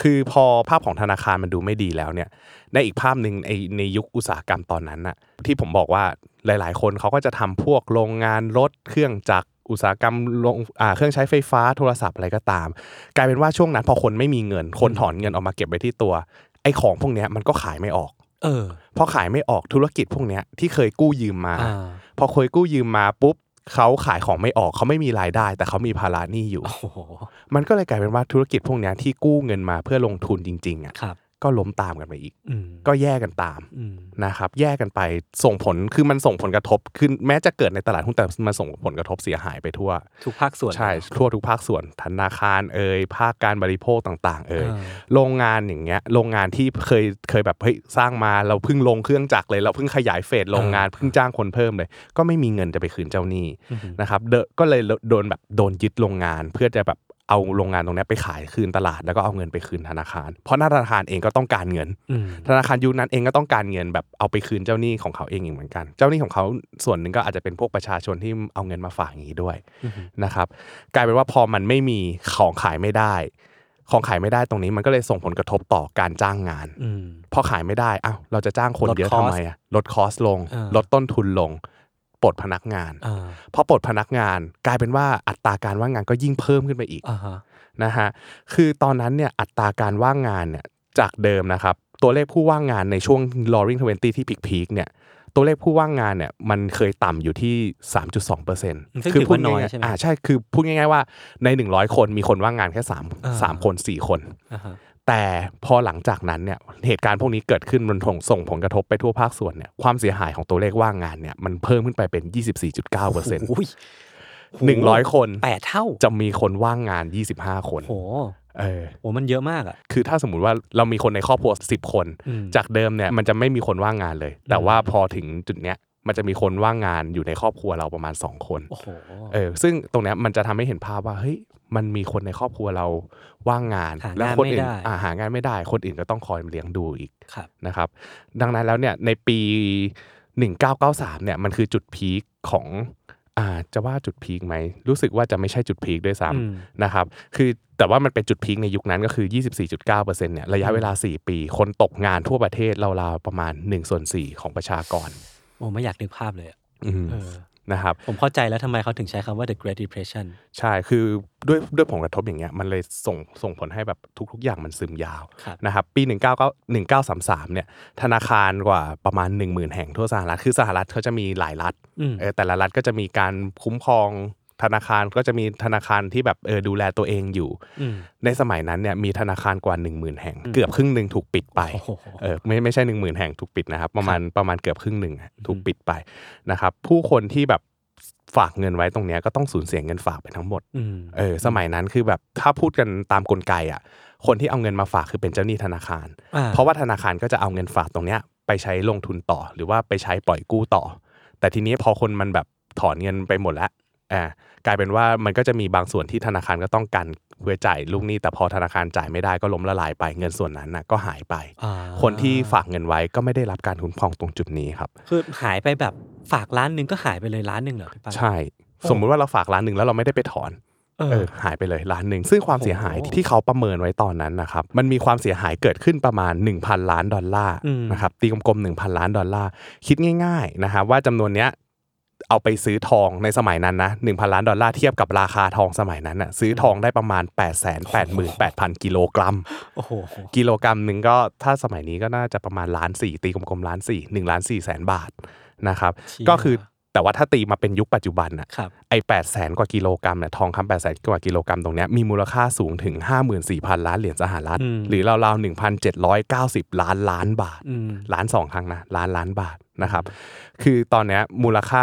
Speaker 2: คือพอภาพของธนาคารมันดูไม่ดีแล้วเนี่ย ในอีกภาพหนึ่งในในยุคอุตสาหกรรมตอนนั้นน่ะที่ผมบอกว่าหลาย ๆ คนเขาก็จะทำพวกโรงงานรถเครื่องจักรอุตสาหกรรมโรงอ่าเครื่องใช้ไฟฟ้าโทรศัพท์อะไรก็ตาม กลายเป็นว่าช่วงนั้นพอคนไม่มีเงิน คนถอนเงินออกมาเก็บไว้ที่ตัว ไอ้ของพวกเนี้ยมันก็ขายไม่ออก
Speaker 3: เออ
Speaker 2: พอขายไม่ออกธุรกิจพวกเนี้ยที่เคยกู้ยืมมา
Speaker 3: อ่า
Speaker 2: พอเคยกู้ยืมมาปุ๊บเขาขายของไม่ออกเขาไม่มีรายได้ แต่เขามีภาระหนี้อยู่
Speaker 3: โอ้โห
Speaker 2: มันก็เลยกลายเป็นว่าธุรกิจพวกเนี้ยที่กู้เงินมาเพื่อลงทุนจริงๆอ่ะ
Speaker 3: ครับ
Speaker 2: ก็ล้มตามกันไปอีก
Speaker 3: อืม
Speaker 2: ก็แย่กันตาม
Speaker 3: อืม
Speaker 2: นะครับแย่กันไปส่งผลคือมันส่งผลกระทบคือแม้จะเกิดในตลาดหุ้นแต่มันส่งผลกระทบเสียหายไปทั่ว
Speaker 3: ทุกภาคส่วน
Speaker 2: ใช่ทั่วทุกภาคส่วนธนาคารเอ่ยภาคการบริโภคต่างๆ เอ่ย
Speaker 3: อ่า
Speaker 2: โรงงานอย่างเงี้ยโรงงานที่เคยเคยแบบเฮ้ยสร้างมาเราเพิ่งลงเครื่องจักรเลย เราเพิ่งขยายเฟสโรงงานเพิ่งจ้างคนเพิ่มเลย ก็ไม่มีเงินจะไปคืนเจ้าหนี้
Speaker 3: อือหือ
Speaker 2: นะครับเดอะก็เลยโดนแบบโดนยึดโรงงาน เพื่อจะแบบเอาโรงงานตรงเนี้ยไปขายคืนตลาดแล้วก็เอาเงินไปคืนธนาคาร เพราะหน้าธนาคารเองก็ต้องการเงิน
Speaker 3: อืม
Speaker 2: ธนาคารยูนั้นเองก็ต้องการเงินแบบเอาไปคืนเจ้าหนี้ของเขาเองอีกเหมือนกัน เจ้าหนี้ของเขาส่วนหนึ่งก็อาจจะเป็นพวกประชาชนที่เอาเงินมาฝากอย่างนี้ด้วย
Speaker 3: อือฮึ
Speaker 2: นะครับกลายเป็นว่าพอมันไม่มีของขายไม่ได้ ของขายไม่ได้ตรงนี้มันก็เลยส่งผลกระทบต่อการจ้างงาน
Speaker 3: อืม
Speaker 2: พอขายไม่ได้อ้าวเราจะจ้างคน
Speaker 3: ลด
Speaker 2: เยอะ
Speaker 3: cost
Speaker 2: ทำไมอะลดคอสลง
Speaker 3: เออ
Speaker 2: ลดต้นทุนลงปลดพนักงาน
Speaker 3: อ่า
Speaker 2: พอปลดพนักงานกลายเป็นว่าอัตราการว่างงานก็ยิ่งเพิ่มขึ้นไปอีก
Speaker 3: อ่าฮะ
Speaker 2: นะฮะคือตอนนั้นเนี่ยอัตราการว่างงานเนี่ยจากเดิมนะครับตัวเลขผู้ว่างงานในช่วง Roaring Twenty ที่พีคๆเนี่ยตัวเลขผู้ว่างงานเนี่ยมันเคยต่ำอยู่ที่ 3.2เปอร์เซ็นต์
Speaker 3: ซึ่ง
Speaker 2: คื
Speaker 3: ถือ
Speaker 2: พูด
Speaker 3: ว่าน้อย
Speaker 2: ง่าย
Speaker 3: ใช่ไหม
Speaker 2: ๆอ่าใช่คือพูดง่ายๆว่าใน 100 คนมีคนว่างงานแค่
Speaker 3: เออ
Speaker 2: 3มคน 4 คน
Speaker 3: อ่าฮะ
Speaker 2: แต่พอหลังจากนั้นเนี่ยเหตุการณ์พวกนี้เกิดขึ้นมันส่งผลกระทบไปทั่วภาคส่วนเนี่ยความเสียหายของตัวเลขว่างงานเนี่ยมันเพิ่มขึ้นไปเป็น 24.9เปอร์เซ็นต์
Speaker 3: โอ้ย
Speaker 2: หนึ่งร้อยคน
Speaker 3: แปดเท่า
Speaker 2: จะมีคนว่างงาน 25 คน
Speaker 3: โอ้โห
Speaker 2: เออ
Speaker 3: โหมันเยอะมากอ่ะ
Speaker 2: คือถ้าสมมติว่าเรามีคนในครอบครัว 10 คน
Speaker 3: อืม
Speaker 2: จากเดิมเนี่ยมันจะไม่มีคนว่างงานเลย แต่ว่าพอถึงจุดเนี้ยมันจะมีคนว่างงานอยู่ในครอบครัวเราประมาณ 2 คน
Speaker 3: โอ้โห
Speaker 2: เออซึ่งตรงเนี้ยมันจะทำให้เห็นภาพว่าเฮ้ยมันมีคนในครอบครัวเราว่างงาน
Speaker 3: หางาน
Speaker 2: แล้วคนอื่น
Speaker 3: ไม่ได้
Speaker 2: อ่าหางานไม่ได้ คนอื่นก็ต้องคอยเลี้ยงดูอีก
Speaker 3: ครับ
Speaker 2: นะครับดังนั้นแล้วเนี่ยในปี 1993เนี่ยมันคือจุดพีคของอ่าจะว่าจุดพีคไหมรู้สึกว่าจะไม่ใช่จุดพีคด้วยซ้
Speaker 3: อืม
Speaker 2: ำนะครับคือแต่ว่ามันเป็นจุดพีคในยุคนั้นก็คือ 24.9%เนี่ยระยะเวลา 4 ปี คนตกงานทั่วประเทศราวๆประมาณ1ส่วน4ของประชากร
Speaker 3: โอ้ไม่อยากนึกภาพเลยอะ
Speaker 2: อืม
Speaker 3: เออ
Speaker 2: นะครับ
Speaker 3: ผมเข้าใจแล้วทำไมเขาถึงใช้คำว่า the Great Depression
Speaker 2: ใช่คือด้วยด้วยผลกระทบอย่างเงี้ยมันเลยส่งส่งผลให้แบบทุกๆ อย่างมันซึมยาว
Speaker 3: ครับ
Speaker 2: นะครับปี 19 1933เนี่ยธนาคารกว่าประมาณ 1 0,000 แห่งทั่วสหรัฐคือสหรัฐเขาจะมีหลายรัฐ
Speaker 3: อืม
Speaker 2: เออแต่ละรัฐก็จะมีการคุ้มครองธนาคารก็จะมีธนาคารที่แบบเออดูแลตัวเองอยู่
Speaker 3: อืม
Speaker 2: ในสมัยนั้นเนี่ยมีธนาคารกว่า 1 0,000 แห่ง เกือบครึ่งหนึ่งถูกปิดไป
Speaker 3: โอ้โห
Speaker 2: เออไม่ไม่ใช่ 1 0,000 แห่งถูกปิดนะครับประมาณประมาณเกือบครึ่งหนึ่งอะถูกปิดไปนะครับผู้คนที่แบบฝากเงินไว้ตรงเนี้ยก็ต้องสูญเสียเงินฝากไปทั้งหมด
Speaker 3: อืม
Speaker 2: เออสมัยนั้นคือแบบถ้าพูดกันตามกลไกอ่ะคนที่เอาเงินมาฝากคือเป็นเจ้าหนี้ธนาคาร
Speaker 3: อ่า
Speaker 2: เพราะว่าธนาคารก็จะเอาเงินฝากตรงเนี้ยไปใช้ลงทุนต่อ หรือว่าไปใช้ปล่อยกู้ต่อ แต่ทีนี้พอคนมันแบบถอนเงินไปหมดแล้วอ่ากลายเป็นว่ามันก็จะมีบางส่วนที่ธนาคารก็ต้องการเพื่อจ่ายลูกหนี้ แต่พอธนาคารจ่ายไม่ได้ก็ล้มละลายไปเงินส่วนนั้นนะก็หายไป
Speaker 3: อ่า
Speaker 2: คนที่ฝากเงินไว้ก็ไม่ได้รับการคุ้มครองตรงจุดนี้ครับ
Speaker 3: คือหายไปแบบฝากล้านหนึ่งก็หายไปเลยล้านหนึ่งเหรอพี่ปัง
Speaker 2: ใช่ สมมุติว่าเราฝากล้านหนึ่งแล้วเราไม่ได้ไปถอน
Speaker 3: เอ
Speaker 2: เอ
Speaker 3: อ
Speaker 2: อหายไปเลยล้านหนึ่งซึ่งความเสียหาย
Speaker 3: โอ้โห
Speaker 2: ที่เขาประเมินไว้ตอนนั้นนะครับมันมีความเสียหายเกิดขึ้นประมาณ 1,000 ล้านดอลลาร์
Speaker 3: อืม
Speaker 2: นะครับตีกลมๆ1,000 ล้านดอลลาร์คิดง่ายๆนะครับว่าจำนวนเนี้ยเอาไปซื้อทองในสมัยนั้นนะ1,000 ล้านดอลลาร์เทียบกับราคาทองสมัยนั้นน่ะซื้อทองได้ประมาณ 8 8 8 0 0 0 กิโลกรัม
Speaker 3: โอ้โห
Speaker 2: กิโลกรัมหนึ่งก็ถ้าสมัยนี้ก็น่าจะประมาณล้านสี่ตีกลมๆล้านสี่หนึ่งล้านสี่แสนบาทนะครับ
Speaker 3: เชี่ย
Speaker 2: ก็คือแต่ว่าถ้าตีมาเป็นยุคปัจจุบันน่ะ
Speaker 3: ครับ
Speaker 2: ไอ้แปดแสนกว่ากิโลกรัมเนี่ยทองคำแปดแสนกว่ากิโลกรัมตรงเนี้ยมีมูลค่าสูงถึง 54,000 ล้านเหรียญสหรัฐ
Speaker 3: อืม
Speaker 2: หรือราวๆ 1,790 ล้านล้านบาท
Speaker 3: อืม
Speaker 2: ล้านสองครั้งนะล้านล้านบาทนะครับคือตอนเนี้ยมูลค่า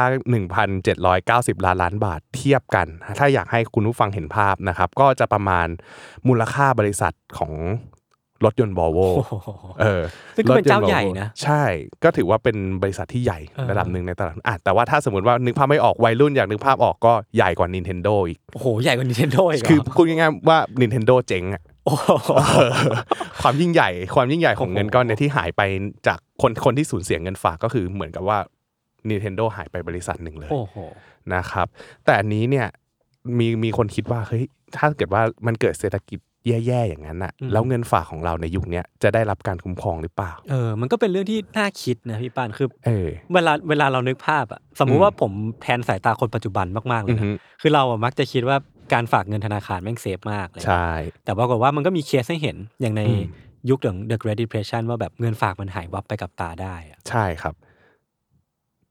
Speaker 2: 1,790 ล้านล้านบาทเทียบกัน ถ้าอยากให้คุณผู้ฟังเห็นภาพนะครับก็จะประมาณมูลค่าบริษัทของรถยนต์บอโว
Speaker 3: โอ้โห
Speaker 2: เออ
Speaker 3: ซึ่งก็เป็นเจ้าใหญ่นะ
Speaker 2: ใช่ก็ถือว่าเป็นบริษัทที่ใหญ่
Speaker 3: เออ
Speaker 2: ระดับหนึ่งในตลาดอ่ะแต่ว่าถ้าสมมติว่านึกภาพไม่ออกวัยรุ่นอยากนึกภาพออกก็ใหญ่กว่า Nintendo อีก
Speaker 3: โอ้โห ใหญ่กว่า Nintendo อีกเหร
Speaker 2: คือพูดง่ายๆว่า Nintendo เจ๋งอะ
Speaker 3: โอ้โห
Speaker 2: เออความยิ่งใหญ่ความยิ่งใหญ่ของ
Speaker 3: โอ้โห
Speaker 2: เงินก้อนเนี่ยที่หายไปจากคนคนที่สูญเสียเงินฝากก็คือเหมือนกับว่า Nintendo หายไปบริษัทหนึ่งเลย
Speaker 3: โอ้โห
Speaker 2: นะครับ แต่อันนี้เนี่ยมีมีคนคิดว่าเฮ้ยถ้าเกิดว่ามันเกิดเศรษฐกิจแย่ๆอย่างนั้นน่ะ
Speaker 3: อืม
Speaker 2: แล้วเงินฝากของเราในยุคเนี้ยจะได้รับการคุ้มครองหรือเปล่า
Speaker 3: เออ มันก็เป็นเรื่องที่น่าคิดนะพี่ปานคือ
Speaker 2: เออ
Speaker 3: เวลาเวลาเรานึกภาพอะสมมุ
Speaker 2: อื
Speaker 3: ติ
Speaker 2: ม
Speaker 3: ว่าผมแทนสายตาคนปัจจุบันมากๆเล
Speaker 2: อื
Speaker 3: ย
Speaker 2: อ
Speaker 3: นะ
Speaker 2: ฮึ
Speaker 3: คือเราอะมักจะคิดว่าการฝากเงินธนาคารแม่งเซฟมากเลย
Speaker 2: ใช่
Speaker 3: แต่ปรากฏว่ามันก็มีเคสให้เห็นอย่างใน
Speaker 2: อืม
Speaker 3: ยุคของ The Great Depression ว่าแบบเงินฝากมันหายวับไปกับตาได้อะ
Speaker 2: ใช่ครับ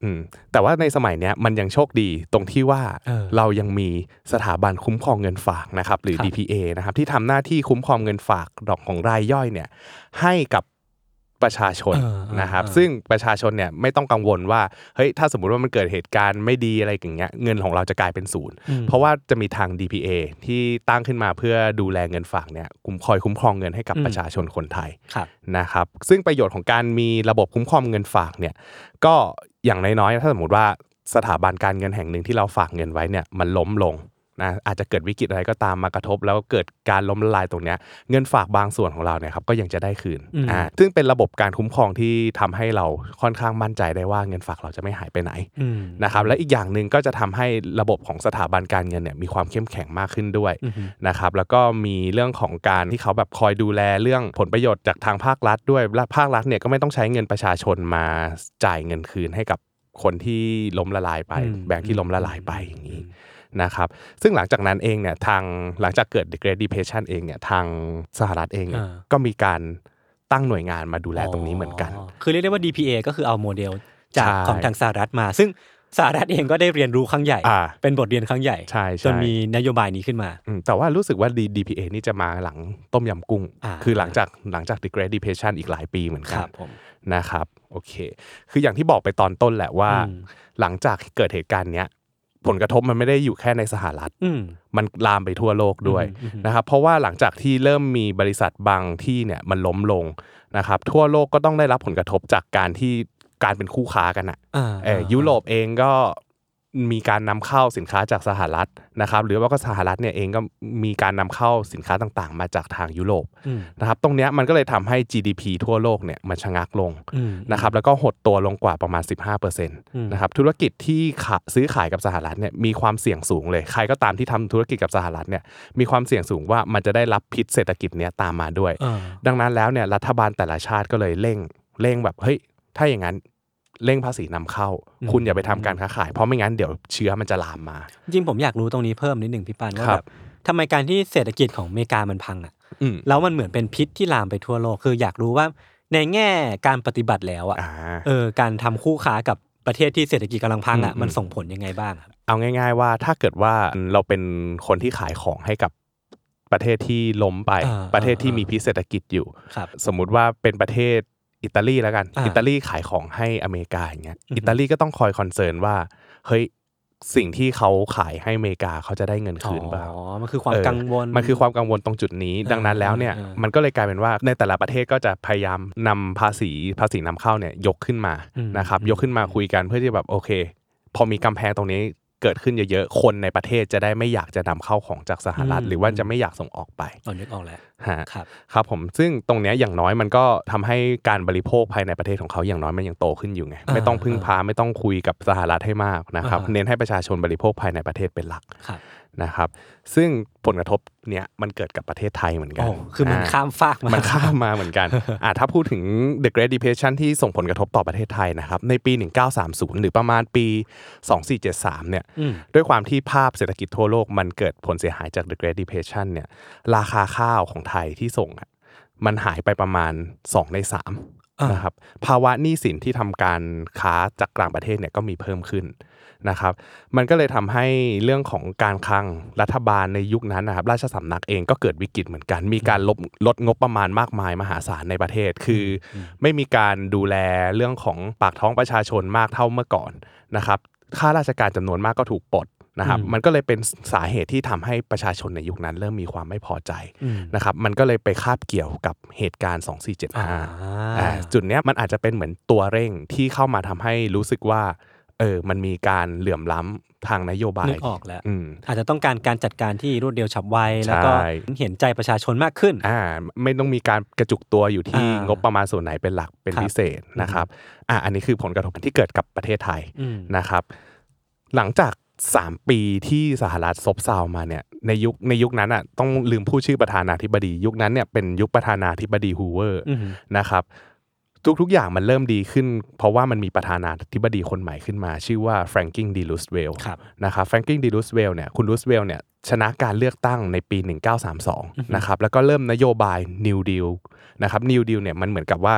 Speaker 2: อืม แต่ว่าในสมัยเนี้ยมันยังโชคดีตรงที่ว่า
Speaker 3: เออ
Speaker 2: เรายังมีสถาบันคุ้มครองเงินฝากนะครับ หรือ
Speaker 3: ครับ
Speaker 2: DPA นะครับ ที่ทำหน้าที่คุ้มครองเงินฝากดอกของรายย่อยเนี่ย ให้กับประชาชน
Speaker 3: เออเออ
Speaker 2: นะครับ
Speaker 3: เออ
Speaker 2: ซึ่งประชาชนเนี่ยไม่ต้องกังวลว่าเฮ้ยถ้าสมมติว่ามันเกิดเหตุการณ์ไม่ดีอะไรอย่างเงี้ยเงินของเราจะกลายเป็นศูนย์ เพราะว่าจะมีทาง DPA ที่ตั้งขึ้นมาเพื่อดูแลเงินฝากเนี่ยคุ้มคอยคุ้มครองเงินให้กับประชาชนคนไทย
Speaker 3: ครับ
Speaker 2: นะครับซึ่งประโยชน์ของการมีระบบคุ้มครองเงินฝากเนี่ยก็อย่างน้อยๆถ้าสมมติว่าสถาบันการเงินแห่งหนึ่งที่เราฝากเงินไว้เนี่ยมันล้มลงนะอาจจะเกิดวิกฤตอะไรก็ตามมากระทบ แล้วเกิดการล้มละลายตรงเนี้ยเงินฝากบางส่วนของเราเนี่ยครับก็ยังจะได้คืน
Speaker 3: อืม
Speaker 2: อ่าซึ่งเป็นระบบการคุ้มครองที่ทำให้เราค่อนข้างมั่นใจได้ว่าเงินฝากเราจะไม่หายไปไหน
Speaker 3: อืม
Speaker 2: นะครับและอีกอย่างหนึ่งก็จะทำให้ระบบของสถาบันการเงินเนี่ยมีความเข้มแข็งมากขึ้นด้วย
Speaker 3: อือฮึ
Speaker 2: นะครับแล้วก็มีเรื่องของการที่เขาแบบคอยดูแลเรื่องผลประโยชน์จากทางภาครัฐด้วยและภาครัฐเนี่ยก็ไม่ต้องใช้เงินประชาชนมาจ่ายเงินคืนให้กับคนที่ล้มละลายไป
Speaker 3: อืม
Speaker 2: แบงค์ที่ล้มละลายไปอย่างนี้
Speaker 3: อืม
Speaker 2: นะครับซึ่งหลังจากนั้นเองเนี่ยทางหลังจากเกิด The Great Depression เองเนี่ยทางสหรัฐเองเนี่ย
Speaker 3: อ่า
Speaker 2: ก็มีการตั้งหน่วยงานมาดูแลตรงนี้เหมือนกัน
Speaker 3: คือเรียกได้ว่า DPA ก็คือเอาโมเดลจาก
Speaker 2: ใช่
Speaker 3: ของทางสหรัฐมา ซึ่งสหรัฐเองก็ได้เรียนรู้ครั้งใหญ่
Speaker 2: อ่า
Speaker 3: เป็นบทเรียนครั้งใหญ่
Speaker 2: ใช่ใช่
Speaker 3: จนมีนโยบายนี้ขึ้นมา
Speaker 2: อืมแต่ว่ารู้สึกว่า D- DPA นี่จะมาหลังต้มยำกุ้ง
Speaker 3: อ่า
Speaker 2: คือหลังจากหลังจาก The Great Depression อีกหลายปีเหมือนกัน
Speaker 3: ผม
Speaker 2: นะครับโอเค คืออย่างที่บอกไปตอนต้นแหละว่า
Speaker 3: อืม
Speaker 2: หลังจากเกิดเหตุการณ์เนี้ยผลกระทบมันไม่ได้อยู่แค่ในสหรัฐ
Speaker 3: อืม
Speaker 2: มันลามไปทั่วโลกด้วย
Speaker 3: อืมอืม
Speaker 2: นะครับเพราะว่าหลังจากที่เริ่มมีบริษัทบางที่เนี่ยมันล้มลงนะครับทั่วโลกก็ต้องได้รับผลกระทบจากการที่การเป็นคู่ค้ากันอะ
Speaker 3: อ่า
Speaker 2: เออยุโรปเองก็มีการนำเข้าสินค้าจากสหรัฐนะครับหรือว่าก็สหรัฐเนี่ยเองก็มีการนำเข้าสินค้าต่างๆ มาจากทางยุโรป
Speaker 3: อืม
Speaker 2: นะครับตรงเนี้ยมันก็เลยทำให้ GDP ทั่วโลกเนี่ยมันชะงักลง
Speaker 3: อืม
Speaker 2: นะครับแล้วก็หดตัวลงกว่าประมาณ 15%
Speaker 3: ม
Speaker 2: นะครับธุรกิจที่ขาซื้อขายกับสหรัฐเนี่ยมีความเสี่ยงสูงเลย ใครก็ตามที่ทำธุรกิจกับสหรัฐเนี่ยมีความเสี่ยงสูงว่ามันจะได้รับพิษเศรษฐกิจเนี้ยตามมาด้วย
Speaker 3: อ่า
Speaker 2: ดังนั้นแล้วเนี่ยรัฐบาลแต่ละชาติก็เลยเร่งเร่งแบบเฮ้ยถ้าอย่างนั้นเร่งภาษีนำเข้า คุณอย่าไปทำการค้าขาย เพราะไม่งั้นเดี๋ยวเชื้อมันจะลามมา
Speaker 3: จริงผมอยากรู้ตรงนี้เพิ่มนิดหนึ่งพี่ปานว่า
Speaker 2: ครั
Speaker 3: แบบ บทำไมการที่เศรษฐกิจของอเมริกามันพังอ่ะ
Speaker 2: อืม
Speaker 3: แล้วมันเหมือนเป็นพิษที่ลามไปทั่วโลก คืออยากรู้ว่าในแง่การปฏิบัติแล้วอ่ะ
Speaker 2: อ่า
Speaker 3: เออการทำคู่ค้ากับประเทศที่เศรษฐกิจกำลังพังอ่ะ
Speaker 2: อืม
Speaker 3: มันส่งผลยังไงบ้างครับ
Speaker 2: เอาง่าย ๆ ว่าถ้าเกิดว่าเราเป็นคนที่ขายของให้กับประเทศที่ล้มไป
Speaker 3: อ่า
Speaker 2: ประเทศที่
Speaker 3: อ่ามี
Speaker 2: มีพิษเศรษฐกิจอยู่
Speaker 3: ครับ
Speaker 2: สมมุติว่าเป็นประเทศอิตาลีแล้วกัน
Speaker 3: อ่า
Speaker 2: อิตาลีขายของให้อเมริกาอย่างเงี้ย
Speaker 3: อือฮึ
Speaker 2: อิตาลีก็ต้องคอยคอนเซิร์นว่า เฮ้ย สิ่งที่เขาขายให้อเมริกาเขาจะได้เงินคืนเปล่า
Speaker 3: อ๋อ มันคือความ
Speaker 2: เออ
Speaker 3: กังวล
Speaker 2: มันคือความกังวลตรงจุดนี้
Speaker 3: อ่า
Speaker 2: ดังนั้นแล้วเนี่ย
Speaker 3: อ่าอ่ามั
Speaker 2: มันก็เลยกลายเป็นว่าในแต่ละประเทศก็จะพยายามนำภาษีภาษีนำเข้าเนี่ยยกขึ้นมา
Speaker 3: อืม
Speaker 2: นะครับ
Speaker 3: อืม
Speaker 2: ยกขึ้นมาคุยกันเพื่อที่แบบโอเค พอมีกำแพงตรงนี้เกิดขึ้นเยอะๆ คนในประเทศจะได้ไม่อยากจะนำเข้าของจากสหรัฐ หรือว่าจะไม่อยากส่งออกไป
Speaker 3: อ๋อนึกออกแล้ว
Speaker 2: ฮะ
Speaker 3: ครับ
Speaker 2: ครับผมซึ่งตรงเนี้ยอย่างน้อยมันก็ทำให้การบริโภคภายในประเทศของเขาอย่างน้อยมันยังโตขึ้นอยู่ไง
Speaker 3: อ่า
Speaker 2: ไม่ต้องพึ่งพาไม่ต้องคุยกับสหรัฐให้มากนะครับ
Speaker 3: อ่า
Speaker 2: เน้นให้ประชาชนบริโภคภายในประเทศเป็นหลัก
Speaker 3: ครับ
Speaker 2: นะครับ ซึ่งผลกระทบเนี้ยมันเกิดกับประเทศไทยเหมือนกั
Speaker 3: โอ้คือมัน
Speaker 2: อ่า
Speaker 3: ข้ามฟากมา
Speaker 2: มันข้ามมาเหมือน
Speaker 3: *laughs*
Speaker 2: กัน อ่ะถ้าพูดถึง The Great Depression ที่ส่งผลกระทบต่อประเทศไทยนะครับ ในปี 1930 หรือประมาณปี 2473 เนี่ย
Speaker 3: อืม
Speaker 2: ด้วยความที่ภาพเศรษฐกิจทั่วโลกมันเกิดผลเสียหายจาก The Great Depression เนี่ย ราคาข้าวของไทยที่ส่งอ่ะ มันหายไปประมาณ 2 ใน
Speaker 3: อ่า
Speaker 2: 3นะครับ ภาวะหนี้สินที่ทำการค้าจากต่างประเทศเนี่ยก็มีเพิ่มขึ้นนะครับ มันก็เลยทำให้เรื่องของการคลังรัฐบาลในยุคนั้นนะครับ ราชสำนักเองก็เกิดวิกฤตเหมือนกัน มีการลบลดงบประมาณมากมายมหาศาลในประเทศ คืออไม่มีการดูแลเรื่องของปากท้องประชาชนมากเท่าเมื่อก่อนนะครับข้าราชการจำนวนมากก็ถูกปลดนะครับ
Speaker 3: อืม
Speaker 2: มันก็เลยเป็นสาเหตุที่ทำให้ประชาชนในยุคนั้น เริ่มมีความไม่พอใจ
Speaker 3: อืม
Speaker 2: นะครับมันก็เลยไปคาบเกี่ยวกับเหตุการณ์
Speaker 3: อ่า
Speaker 2: 2475อ่าจุดเนี้ยมันอาจจะเป็นเหมือนตัวเร่งที่เข้ามาทำให้รู้สึกว่าเออมันมีการเหลื่อมล้ำ ทางนโยบาย
Speaker 3: นึกออกแล้ว
Speaker 2: อืม
Speaker 3: อาจจะต้องการการจัดการที่รวดเร็วฉับไวแล้วก็
Speaker 2: ใช่
Speaker 3: เห็นใจประชาชนมากขึ้น
Speaker 2: อ่าไม่ต้องมีการกระจุกตัวอยู่ที่
Speaker 3: อ่าง
Speaker 2: งบประมาณส่วนไหนเป็นหลักเป็น
Speaker 3: ครับ
Speaker 2: พิเศษนะครับอ่าอันนี้คือผลกระทบที่เกิดกับประเทศไทย
Speaker 3: อืม
Speaker 2: นะครับหลังจาก 3 ปีที่สหรัฐซบเซามาเนี่ยในยุคในยุคนั้นอ่ะต้องลืมผู้ชื่อประธานาธิบดี ยุคนั้นเนี่ยเป็นยุคประธานาธิบดีฮูเวอร์
Speaker 3: อือหือ
Speaker 2: นะครับทุกๆอย่างมันเริ่มดีขึ้น เพราะว่ามันมีประธานาธิบดีคนใหม่ขึ้นมา ชื่อว่าแฟรงกิงดีลูสเวล
Speaker 3: ครับ
Speaker 2: นะครับแฟรงกิงดีลูสเวลเนี่ยคุณลูสเวลเนี่ยชนะการเลือกตั้งในปี 1932นะครับแล้วก็เริ่มนโยบาย New Deal นะครับ New Deal เนี่ยมันเหมือนกับว่า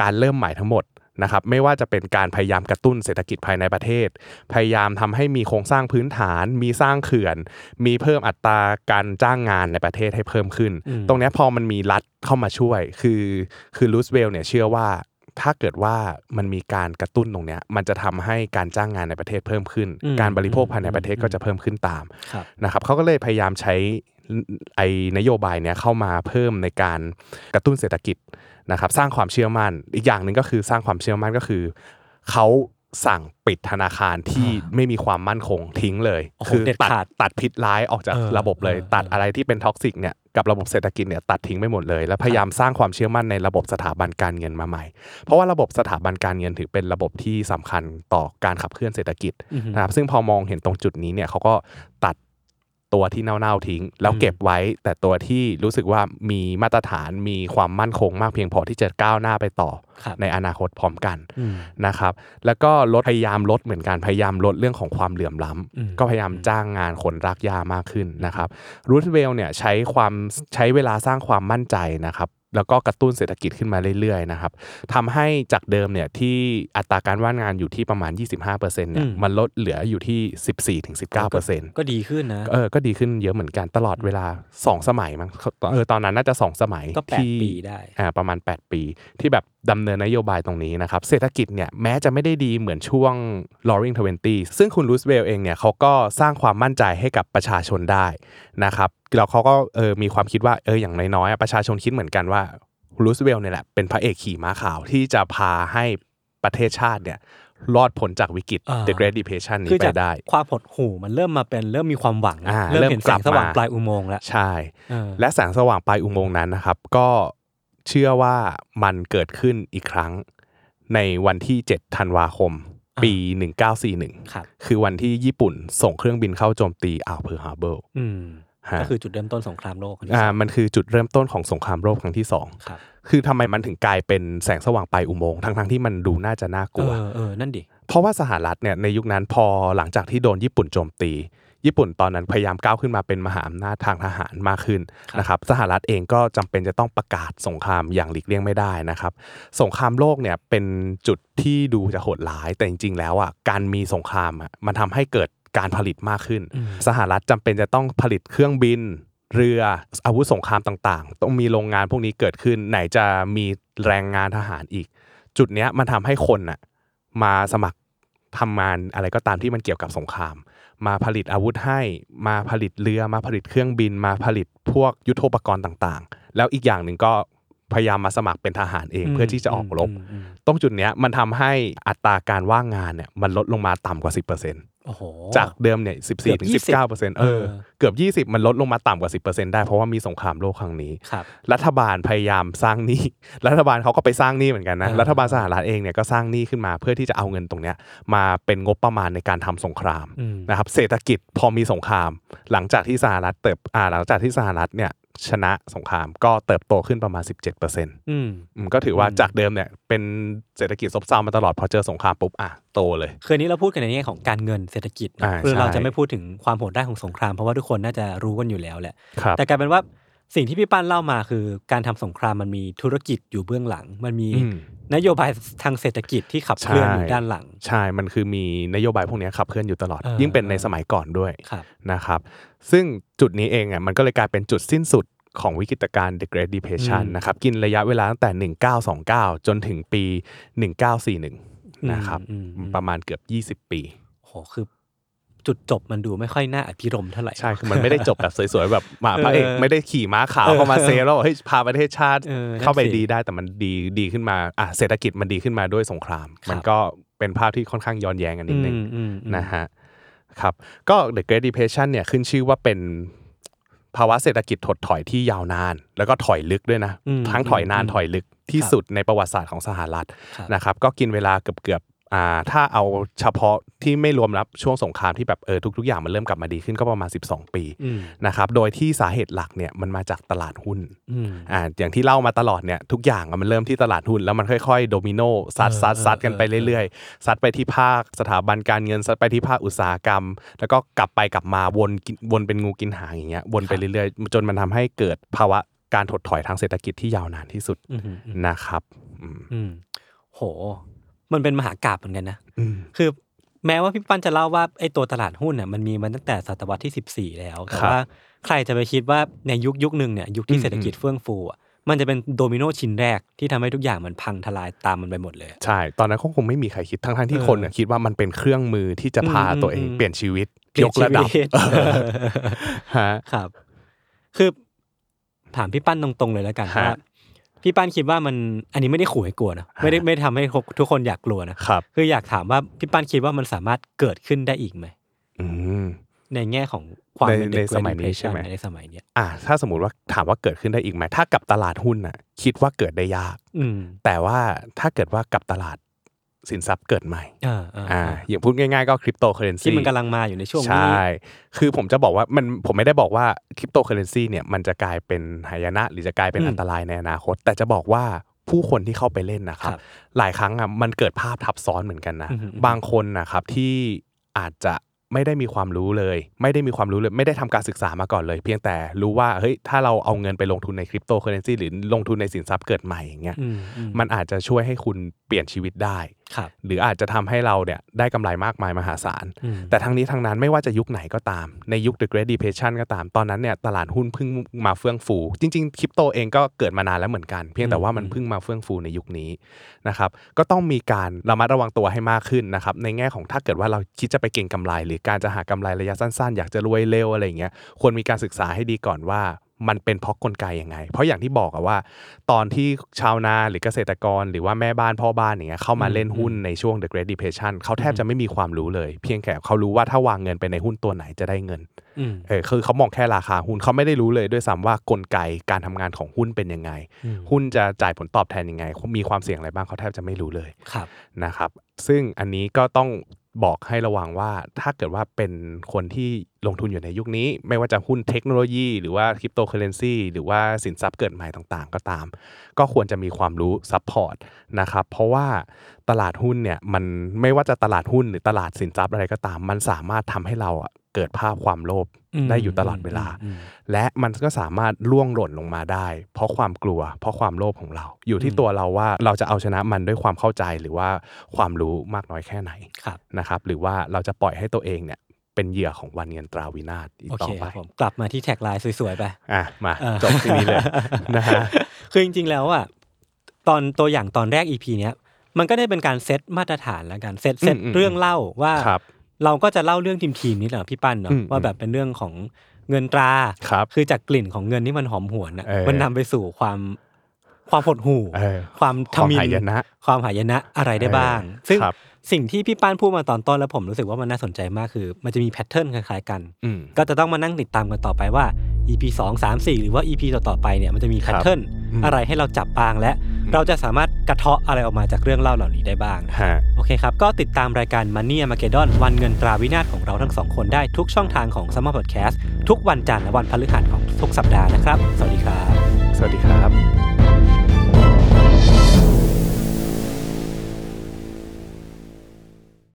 Speaker 2: การเริ่มใหม่ทั้งหมดนะครับไม่ว่าจะเป็นการพยายามกระตุ้นเศรษฐกิจภายในประเทศ พยายามทำให้มีโครงสร้างพื้นฐาน มีสร้างเขื่อน มีเพิ่มอัตราการจ้างงานในประเทศให้เพิ่มขึ้น
Speaker 3: อืม
Speaker 2: ตรงเนี้ยพอมันมีรัฐเข้ามาช่วย คือคือรูสเวลเนี่ยเชื่อว่าถ้าเกิดว่ามันมีการกระตุ้นตรงเนี้ยมันจะทำให้การจ้างงานในประเทศเพิ่มขึ้น
Speaker 3: อืม
Speaker 2: การบริโภคภายใน
Speaker 3: อืม
Speaker 2: ประเทศ
Speaker 3: อืม
Speaker 2: ก็จะเพิ่มขึ้นตาม
Speaker 3: ครับ
Speaker 2: นะครับเขาก็เลยพยายามใช้ไอนโยบายเนี้ยเข้ามาเพิ่มในการกระตุ้นเศรษฐกิจนะครับสร้างความเชื่อมั่น อีกอย่างหนึ่งก็คือสร้างความเชื่อมั่นก็คือเขาสั่งปิดธนาคารที่ไม่มีความมั่นคงทิ้งเลย
Speaker 3: โอ้โห
Speaker 2: คื
Speaker 3: เด็ด
Speaker 2: ตัด
Speaker 3: ขาด
Speaker 2: ตัดพิษร้ายออกจาก
Speaker 3: เออ
Speaker 2: ระบบเลย
Speaker 3: เออ
Speaker 2: ตัดอะไรที่เป็นท็อกซิกเนี่ยกับระบบเศรษฐกิจเนี่ยตัดทิ้งไปหมดเลย แล้วพยายามสร้างความเชื่อมั่นในระบบสถาบันการเงินมาใหม่ เพราะว่าระบบสถาบันการเงินถือเป็นระบบที่สำคัญต่อการขับเคลื่อนเศรษฐกิจ
Speaker 3: อือฮึ
Speaker 2: นะครับซึ่งพอมองเห็นตรงจุดนี้เนี่ยเขาก็ตัดตัวที่เน่าๆทิ้ง แล้วเก็บไว้แต่ตัวที่รู้สึกว่ามีมาตรฐานมีความมั่นคงมากเพียงพอที่จะก้าวหน้าไปต่อ
Speaker 3: ครับ
Speaker 2: ในอนาคตพร้อมกัน
Speaker 3: อืม
Speaker 2: นะครับแล้วก็ลดพยายามลดเหมือนกันพยายามลดเรื่องของความเหลื่อมล้ำ
Speaker 3: อืม
Speaker 2: ก็พยายามจ้างงานคนรากหญ้ามากขึ้นนะครับรูทเวลเนี่ยใช้ความใช้เวลาสร้างความมั่นใจนะครับแล้วก็กระตุ้นเศรษฐกิจขึ้นมาเรื่อยๆนะครับทำให้จากเดิมเนี่ยที่อัตราการว่างงานอยู่ที่ประมาณ 25%เนี่
Speaker 3: อื
Speaker 2: ย
Speaker 3: ม
Speaker 2: มันลดเหลืออยู่ที่ 14-19%
Speaker 3: ก็ดีขึ้นนะ
Speaker 2: เออ ก็ดีขึ้นเยอะเหมือนกันตลอดเวลา 2 สมัยมั้งเออตอนนั้นน่าจะ 2 สมัย
Speaker 3: ก็แปด
Speaker 2: ที่
Speaker 3: ปีได้
Speaker 2: อ่าประมาณ 8 ปี ที่แบบดำเนินนโยบายตรงนี้นะครับ เศรษฐกิจเนี่ยแม้จะไม่ได้ดีเหมือนช่วง Roaring t w e n t ซึ่งคุณรูสเวลเองเนี่ยเขาก็สร้างความมั่นใจให้กับประชาชนได้นะครับแล้วเขาก็เออมีความคิดว่าเอออย่างน้อยๆอ่ะประชาชนคิดเหมือนกันว่ารูสเวลเนี่ยแหละเป็นพระเอกขี่ม้าขาวที่จะพาให้ประเทศชาติเนี่ยรอดพ้นจากวิกฤต
Speaker 3: อ่า
Speaker 2: The Great Depression นี้
Speaker 3: คือ
Speaker 2: ไป
Speaker 3: จาก
Speaker 2: ได้
Speaker 3: ความหดหู่มันเริ่มมาเป็นเริ่มมีความหวัง
Speaker 2: อ่า
Speaker 3: เริ่ม
Speaker 2: เริ่ม
Speaker 3: เห็นแส
Speaker 2: กลั
Speaker 3: ง
Speaker 2: บ
Speaker 3: สว่าง
Speaker 2: มา
Speaker 3: ปลายอุโมงค์แล้ว
Speaker 2: ใช่
Speaker 3: เออ
Speaker 2: และแสงสว่างปลายอุโมงค์นั้นนะครับ ก็เชื่อว่ามันเกิดขึ้นอีกครั้งในวันที่ 7 ธันวาคม ปี 1941
Speaker 3: ครับ
Speaker 2: คือวันที่ญี่ปุ่นส่งเครื่องบินเข้าโจมตีอ่าวเพิร์ลฮาร์เบอร์
Speaker 3: อืม
Speaker 2: ฮะ
Speaker 3: ก็คือจุดเริ่มต้นสงครามโลกครั้งที่
Speaker 2: อ่า
Speaker 3: สอง
Speaker 2: มันคือจุดเริ่มต้นของสงครามโลกครั้งที่
Speaker 3: ครับ
Speaker 2: 2 คือทำไมมันถึงกลายเป็นแสงสว่างปลายอุโมงค์ทั้งๆที่มันดูน่าจะน่าก
Speaker 3: เอ
Speaker 2: ลัว
Speaker 3: อเออนั่นดิ
Speaker 2: เพราะว่าสหรัฐเนี่ยในยุคนั้นพอหลังจากที่โดนญี่ปุ่นโจมตี ญี่ปุ่นตอนนั้นพยายามก้าวขึ้นมาเป็นมหาอำนาจทางทหารมากขึ้น
Speaker 3: ครับ
Speaker 2: นะครับสหรัฐเองก็จำเป็นจะต้องประกาศสงครามอย่างหลีกเลี่ยงไม่ได้นะครับ สงครามโลกเนี่ยเป็นจุดที่ดูจะโหดร้าย แต่จริงๆแล้วอ่ะการมีสงครามอ่ะมันทำให้เกิดการผลิตมากขึ้น สหรัฐจำเป็นจะต้องผลิตเครื่องบิน เรืออาวุธสงครามต่างๆ ต้องมีโรงงานพวกนี้เกิดขึ้น ไหนจะมีแรงงานทหารอีก จุดเนี้ยมันทำให้คนน่ะมาสมัครทำงานอะไรก็ตามที่มันเกี่ยวกับสงคราม มาผลิตอาวุธให้มาผลิตเรือมาผลิตเครื่องบิน มาผลิตพวกยุทโธปกรณ์ต่างๆ แล้วอีกอย่างหนึ่งก็พยายามมาสมัครเป็นทหารเองเพื่อที่จะออกรบ
Speaker 3: มอืม
Speaker 2: ตรงจุดเนี้ยมันทำให้อัตราการว่างงานเนี่ยมันลดลงมาต่ำกว่า 10%
Speaker 3: โอ้โห
Speaker 2: จากเดิมเนี่ยสิบสี่ถึง
Speaker 3: เกื
Speaker 2: สิบเก้าเปอร์เซ็นต์
Speaker 3: อบ20
Speaker 2: เออ เกือบยี่สิบ20 มันลดลงมาต่ำกว่าสิบเปอร์เซ็นต์ได้เพราะว่ามีสงครามโลกครั้งนี้
Speaker 3: ครับ
Speaker 2: รัฐบาลพยายามสร้างหนี้ *laughs* รัฐบาลเขาก็ไปสร้างหนี้เหมือนกันนะ
Speaker 3: อ่า
Speaker 2: รัฐบาลสหรัฐเองเนี่ยก็สร้างหนี้ขึ้นมาเพื่อที่จะเอาเงินตรงเนี้ยมาเป็นงบประมาณในการทำสงคราม
Speaker 3: อืม
Speaker 2: นะครับ เศรษฐกิจพอมีสงคราม หลังจากที่สหรัฐเติบอ่าหลังจากที่สหรัฐเนี่ยชนะสงครามก็เติบโตขึ้นประมาณ 17%เปอร์เซ็นต์
Speaker 3: อืม
Speaker 2: ก็ถือว่า
Speaker 3: อืม
Speaker 2: จากเดิมเนี่ยเป็นเศรษฐกิจซบเซามาตลอดพอเจอสงครามปุ๊บอ่ะโตเลย
Speaker 3: คืนนี้เราพูดกันในแง่ของการเงินเศรษฐกิจนะ
Speaker 2: อ่า
Speaker 3: คือเรา
Speaker 2: ใช่
Speaker 3: จะไม่พูดถึงความโหดได้ายของสงครามเพราะว่าทุกคนน่าจะรู้กันอยู่แล้วแหละ
Speaker 2: ครับ
Speaker 3: แต่กลายเป็นว่าสิ่งที่พี่ปั้นเล่ามาคือการทำสงครามมันมีธุรกิจอยู่เบื้องหลัง มันมี
Speaker 2: อืม
Speaker 3: นโยบายทางเศรษฐกิจที่ขับเคลื่อน
Speaker 2: ใช่
Speaker 3: อยู่ด้านหลัง
Speaker 2: ใช่ มันคือมีนโยบายพวกเนี้ยขับเคลื่อนอยู่ตลอด
Speaker 3: เออ
Speaker 2: ยิ่งเป็นในสมัยก่อนด้วย
Speaker 3: ครับ
Speaker 2: นะครับ ซึ่งจุดนี้เองอ่ะมันก็เลยกลายเป็นจุดสิ้นสุดของวิกฤตการณ์ The Great Depression
Speaker 3: อืม
Speaker 2: นะครับ กินระยะเวลาตั้งแต่ 1929 จนถึงปี 1941 นะครับ
Speaker 3: อืมอืม
Speaker 2: ประมาณเกือบ 20 ปี
Speaker 3: โอ้โหคือ จุดจบมันดูไม่ค่อยน่าอภิรมย์เท่าไหร่
Speaker 2: ใช่คือมันไม่ได้จบแบบสวยๆ แบบมาพระเอก
Speaker 3: เออ
Speaker 2: ไม่ได้ขี่ม้าขาว
Speaker 3: เออ
Speaker 2: เข้ามาเซฟแล้วบอกเฮ้ยพาประเทศชาติ
Speaker 3: เออนั่น
Speaker 2: เข้าไป
Speaker 3: สิ
Speaker 2: ดีได้แต่มันดีดีขึ้นมาอ่ะเศรษฐกิจมันดีขึ้นมาด้วยสงคราม
Speaker 3: ครับ
Speaker 2: มันก็เป็นภาพที่ค่อนข้างย้อนแย้งกันนิดนึง
Speaker 3: อืมอืมอืม
Speaker 2: นะฮะ ครับก็ The Great Depression เนี่ยขึ้นชื่อว่าเป็นภาวะเศรษฐกิจถดถอยที่ยาวนาน แล้วก็ถอยลึกด้วยนะ
Speaker 3: อืม
Speaker 2: ทั้งถอยนาน
Speaker 3: อืม
Speaker 2: ถอยลึกที่
Speaker 3: ครับ
Speaker 2: สุดในประวัติศาสตร์ของสหรัฐ
Speaker 3: ครับ
Speaker 2: นะครับก็กินเวลาเกือบเกือบๆอ่าถ้าเอาเฉพาะที่ไม่รวมรับช่วงสงครามที่แบบเออทุก ๆ อย่างมันเริ่มกลับมาดีขึ้นก็ประมาณ 12 ปี
Speaker 3: อืม
Speaker 2: นะครับโดยที่สาเหตุหลักเนี่ยมันมาจากตลาดหุ้น
Speaker 3: อืม
Speaker 2: อ่าอย่างที่เล่ามาตลอดเนี่ยทุกอย่างอะมันเริ่มที่ตลาดหุ้นแล้วมันค่อยๆ โดมิโนซัด
Speaker 3: เออ
Speaker 2: ซัดซัด
Speaker 3: เออ
Speaker 2: กันไป
Speaker 3: เออ
Speaker 2: เรื่อยๆซัดไปที่ภาคสถาบันการเงินซัดไปที่ภาคอุตสาหกรรม แล้วก็กลับไปกลับมาวนกินวนเป็นงูกินหางอย่างเงี้ยวนไปเรื่อยๆ จนมันทำให้เกิดภาวะการถดถอยทางเศรษฐกิจที่ยาวนานที่สุด
Speaker 3: อืมอืมอืม
Speaker 2: นะครับอืม
Speaker 3: อืมโห มันเป็นมหากาพย์เหมือนกันนะ
Speaker 2: อืม
Speaker 3: คือแม้ว่าพี่ปั้นจะเล่าว่าไอ้ตัวตลาดหุ้นน่ะมันมีมาตั้งแต่ศตวรรษที่ 14 แล้ว แต่
Speaker 2: ครับ
Speaker 3: ว่าใครจะไปคิดว่าในยุคยุคหนึ่งเนี่ยยุคที่
Speaker 2: อืม
Speaker 3: เศรษฐกิจเฟื่องฟูอ่ะมันจะเป็นโดมิโนชิ้นแรกที่ทำให้ทุกอย่างมันพังทลายตามมันไปหมดเลย
Speaker 2: ใช่ ตอนนั้นก็คงไม่มีใครคิดทั้งๆที่
Speaker 3: เออ
Speaker 2: คนน่ะคิดว่ามันเป็นเครื่องมือที่จะพา
Speaker 3: อืม
Speaker 2: ตัวเอง
Speaker 3: อืม
Speaker 2: เปลี่ยนชีวิต
Speaker 3: เปลี่
Speaker 2: ย
Speaker 3: น
Speaker 2: กระดับ
Speaker 3: ชีวิต
Speaker 2: เออฮะ
Speaker 3: ครับ คือถามพี่ปั้นตรงๆเลยแล้วกัน
Speaker 2: ฮะ
Speaker 3: ว่าพี่ปั้นคิดว่ามันอันนี้ไม่ได้ขู่ให้กลัวนะไม่ได้
Speaker 2: ฮะ
Speaker 3: ไม่ได้ทำให้ทุกคนอยากกลัวนะครับคืออยากถามว่าพี่ปั้นคิดว่ามันสามารถเกิดขึ้นได้อีกไหม
Speaker 2: อืม
Speaker 3: ในแง่ของความเป็
Speaker 2: ในใน
Speaker 3: Great
Speaker 2: สมัยนี้
Speaker 3: Depression
Speaker 2: ใช่ไหม
Speaker 3: ในสมัยเนี้ย
Speaker 2: อ่ะถ้าสมมติว่าถามว่าเกิดขึ้นได้อีกไหมถ้ากับตลาดหุ้นน่ะคิดว่าเกิดได้ยาก
Speaker 3: อืม
Speaker 2: แต่ว่าถ้าเกิดว่ากับตลาดสินทรัพย์เกิดใหม่
Speaker 3: อ่าอ่า
Speaker 2: อ่า
Speaker 3: อ่า
Speaker 2: อย่างพูดง่ายๆก็คริปโตเคอเรนซี
Speaker 3: ที่มันกำลังมาอยู่ในช่วง
Speaker 2: ใช
Speaker 3: นี้
Speaker 2: ่ คือผมจะบอกว่ามันผมไม่ได้บอกว่าคริปโตเคอเรนซีเนี่ยมันจะกลายเป็นหายนะ หรือจะกลายเป็น
Speaker 3: อืม
Speaker 2: อันตรายในอนาคต แต่จะบอกว่าผู้คนที่เข้าไปเล่นนะครั
Speaker 3: ครับ บ
Speaker 2: หลายครั้งอ่ะมันเกิดภาพทับซ้อนเหมือนกันนะ
Speaker 3: อืมอืม
Speaker 2: บางคนนะครับที่อาจจะไม่ได้มีความรู้เลย ไม่ได้มีความรู้เลย ไม่ได้ทำการศึกษามาก่อนเลย เพียงแต่รู้ว่าเฮ้ยถ้าเราเอาเงินไปลงทุนในคริปโตเคอเรนซีหรือลงทุนในสินทรัพย์เกิดใหม่อย่างเงี้ย
Speaker 3: อืมอื
Speaker 2: มันอาจจะช่วยให้คุณเปลี่ยนชีวิตได้
Speaker 3: ครับ
Speaker 2: หรืออาจจะทำให้เราเนี่ยได้กำไรมากมายมหาศาล
Speaker 3: อืม
Speaker 2: แต่ทั้งนี้ทั้งนั้นไม่ว่าจะยุคไหนก็ตาม ในยุค The Great Depression ก็ตาม ตอนนั้นเนี่ยตลาดหุ้นเพิ่งมาเฟื่องฟู จริงๆคริปโตเองก็เกิดมานานแล้วเหมือนกัน เพียงแต่ว่ามันเพิ่งมาเฟื่องฟูในยุคนี้นะครับก็ต้องมีการระมัดระวังตัวให้มากขึ้นนะครับในแง่ของถ้าเกิดว่าเราคิดจะไปเก็งกำไร หรือการจะหากำไรระยะสั้นๆ อยากจะรวยเร็วอะไรอย่างเงี้ยควรมีการศึกษาให้ดีก่อนว่ามันเป็นเพราะกลไกยังไง เพราะอย่างที่บอกอะว่า ตอนที่ชาวนาหรือเกษตรกร หรือว่าแม่บ้านพ่อบ้านอย่างเงี้ยเข้ามาเล่นหุ้นในช่วง The Great Depression เขาแทบจะไม่มีความรู้เลย เพียงแค่เขารู้ว่าถ้าวางเงินไปในหุ้นตัวไหนจะได้เงิน
Speaker 3: อืม
Speaker 2: เออคือเขามองแค่ราคาหุ้นเขาไม่ได้รู้เลยด้วยซ้ำว่ากลไกการทำงานของหุ้นเป็นยังไง
Speaker 3: อืม
Speaker 2: หุ้นจะจ่ายผลตอบแทนยังไง มีความเสี่ยงอะไรบ้างเขาแทบจะไม่รู้เลย
Speaker 3: ครับ
Speaker 2: นะครับซึ่งอันนี้ก็ต้องบอกให้ระวังว่าถ้าเกิดว่าเป็นคนที่ลงทุนอยู่ในยุคนี้ ไม่ว่าจะหุ้นเทคโนโลยี หรือว่าคริปโตเคอเรนซีหรือว่าสินทรัพย์เกิดใหม่ต่างๆ ก็ตาม ก็ควรจะมีความรู้ซัพพอร์ตนะครับเพราะว่าตลาดหุ้นเนี่ยมันไม่ว่าจะตลาดหุ้นหรือตลาดสินทรัพย์อะไรก็ตาม มันสามารถทำให้เราอะเกิดภาพความโลภ
Speaker 3: อืม
Speaker 2: ได้อยู่ตลอดเวลา
Speaker 3: อืม
Speaker 2: และมันก็สามารถล่วงหล่นลงมาได้ เพราะความกลัว เพราะความโลภของเรา อยู่ที่
Speaker 3: อืม
Speaker 2: ตัวเราว่าเราจะเอาชนะมันด้วยความเข้าใจหรือว่าความรู้มากน้อยแค่ไหน
Speaker 3: ครับ
Speaker 2: นะครับหรือว่าเราจะปล่อยให้ตัวเองเนี่ยเป็นเหยื่อของวันเงินตราวินาศอีก
Speaker 3: โอ
Speaker 2: ต่อ
Speaker 3: เค
Speaker 2: ไป
Speaker 3: ครับผม กลับมาที่แท็กไลน์สวยๆไป
Speaker 2: อ่ะมา
Speaker 3: เออ
Speaker 2: จบที่นี้
Speaker 3: *laughs*
Speaker 2: เลยนะฮะ
Speaker 3: คือจริงๆแล้วอ่ะตอนตัวอย่างตอนแรก EP เนี้ยมันก็ได้เป็นการเซตมาตรฐานแล้วกันเซตเซต
Speaker 2: อืมอืม
Speaker 3: เรื่องเล่าว่า
Speaker 2: ครับ
Speaker 3: เราก็จะเล่าเรื่องทีมทีมๆนี้แหละพี่ปั้นเนาะ
Speaker 2: อืม
Speaker 3: ว่าแบบเป็นเรื่องของเงินตรา
Speaker 2: ครับ
Speaker 3: คือจากกลิ่นของเงินที่มันหอมหวนอ่ะ
Speaker 2: เออ
Speaker 3: มันนำไปสู่ความความหดหู่
Speaker 2: เออ
Speaker 3: ความ
Speaker 2: ค
Speaker 3: ท
Speaker 2: วาม
Speaker 3: มิน
Speaker 2: หายนะ
Speaker 3: ความหายนะอะไรได้บ้าง
Speaker 2: เออ
Speaker 3: ซึ่ง
Speaker 2: ครับ
Speaker 3: สิ่งที่พี่ป้านพูดมาตอนต้นแล้วผมรู้สึกว่ามันน่าสนใจมากคือ มันจะมีแพทเทิร์นคล้ายๆกัน
Speaker 2: อืม
Speaker 3: ก็จะต้องมานั่งติดตามกันต่อไปว่า EP 2 3 4 หรือว่า EP ต่อๆไปเนี่ยมันจะมีแพทเทิร์น
Speaker 2: อืม
Speaker 3: อะไรให้เราจับบ้างและ เราจะสามารถกระเทาะอะไรออกมาจากเรื่องเล่าเหล่านี้ได้บ้างนะ
Speaker 2: ฮะ
Speaker 3: โอเคครับ ก็ติดตามรายการ Money a m a g e d o n วันเงินตราวินาศของเราทั้งสองคนได้ทุกช่องทางของ s u m m e r Podcast ทุกวันจันทร์และวันพฤหัสของทุกสัปดาห์นะครับ สวัสดีครับ
Speaker 2: สวัสดีครับ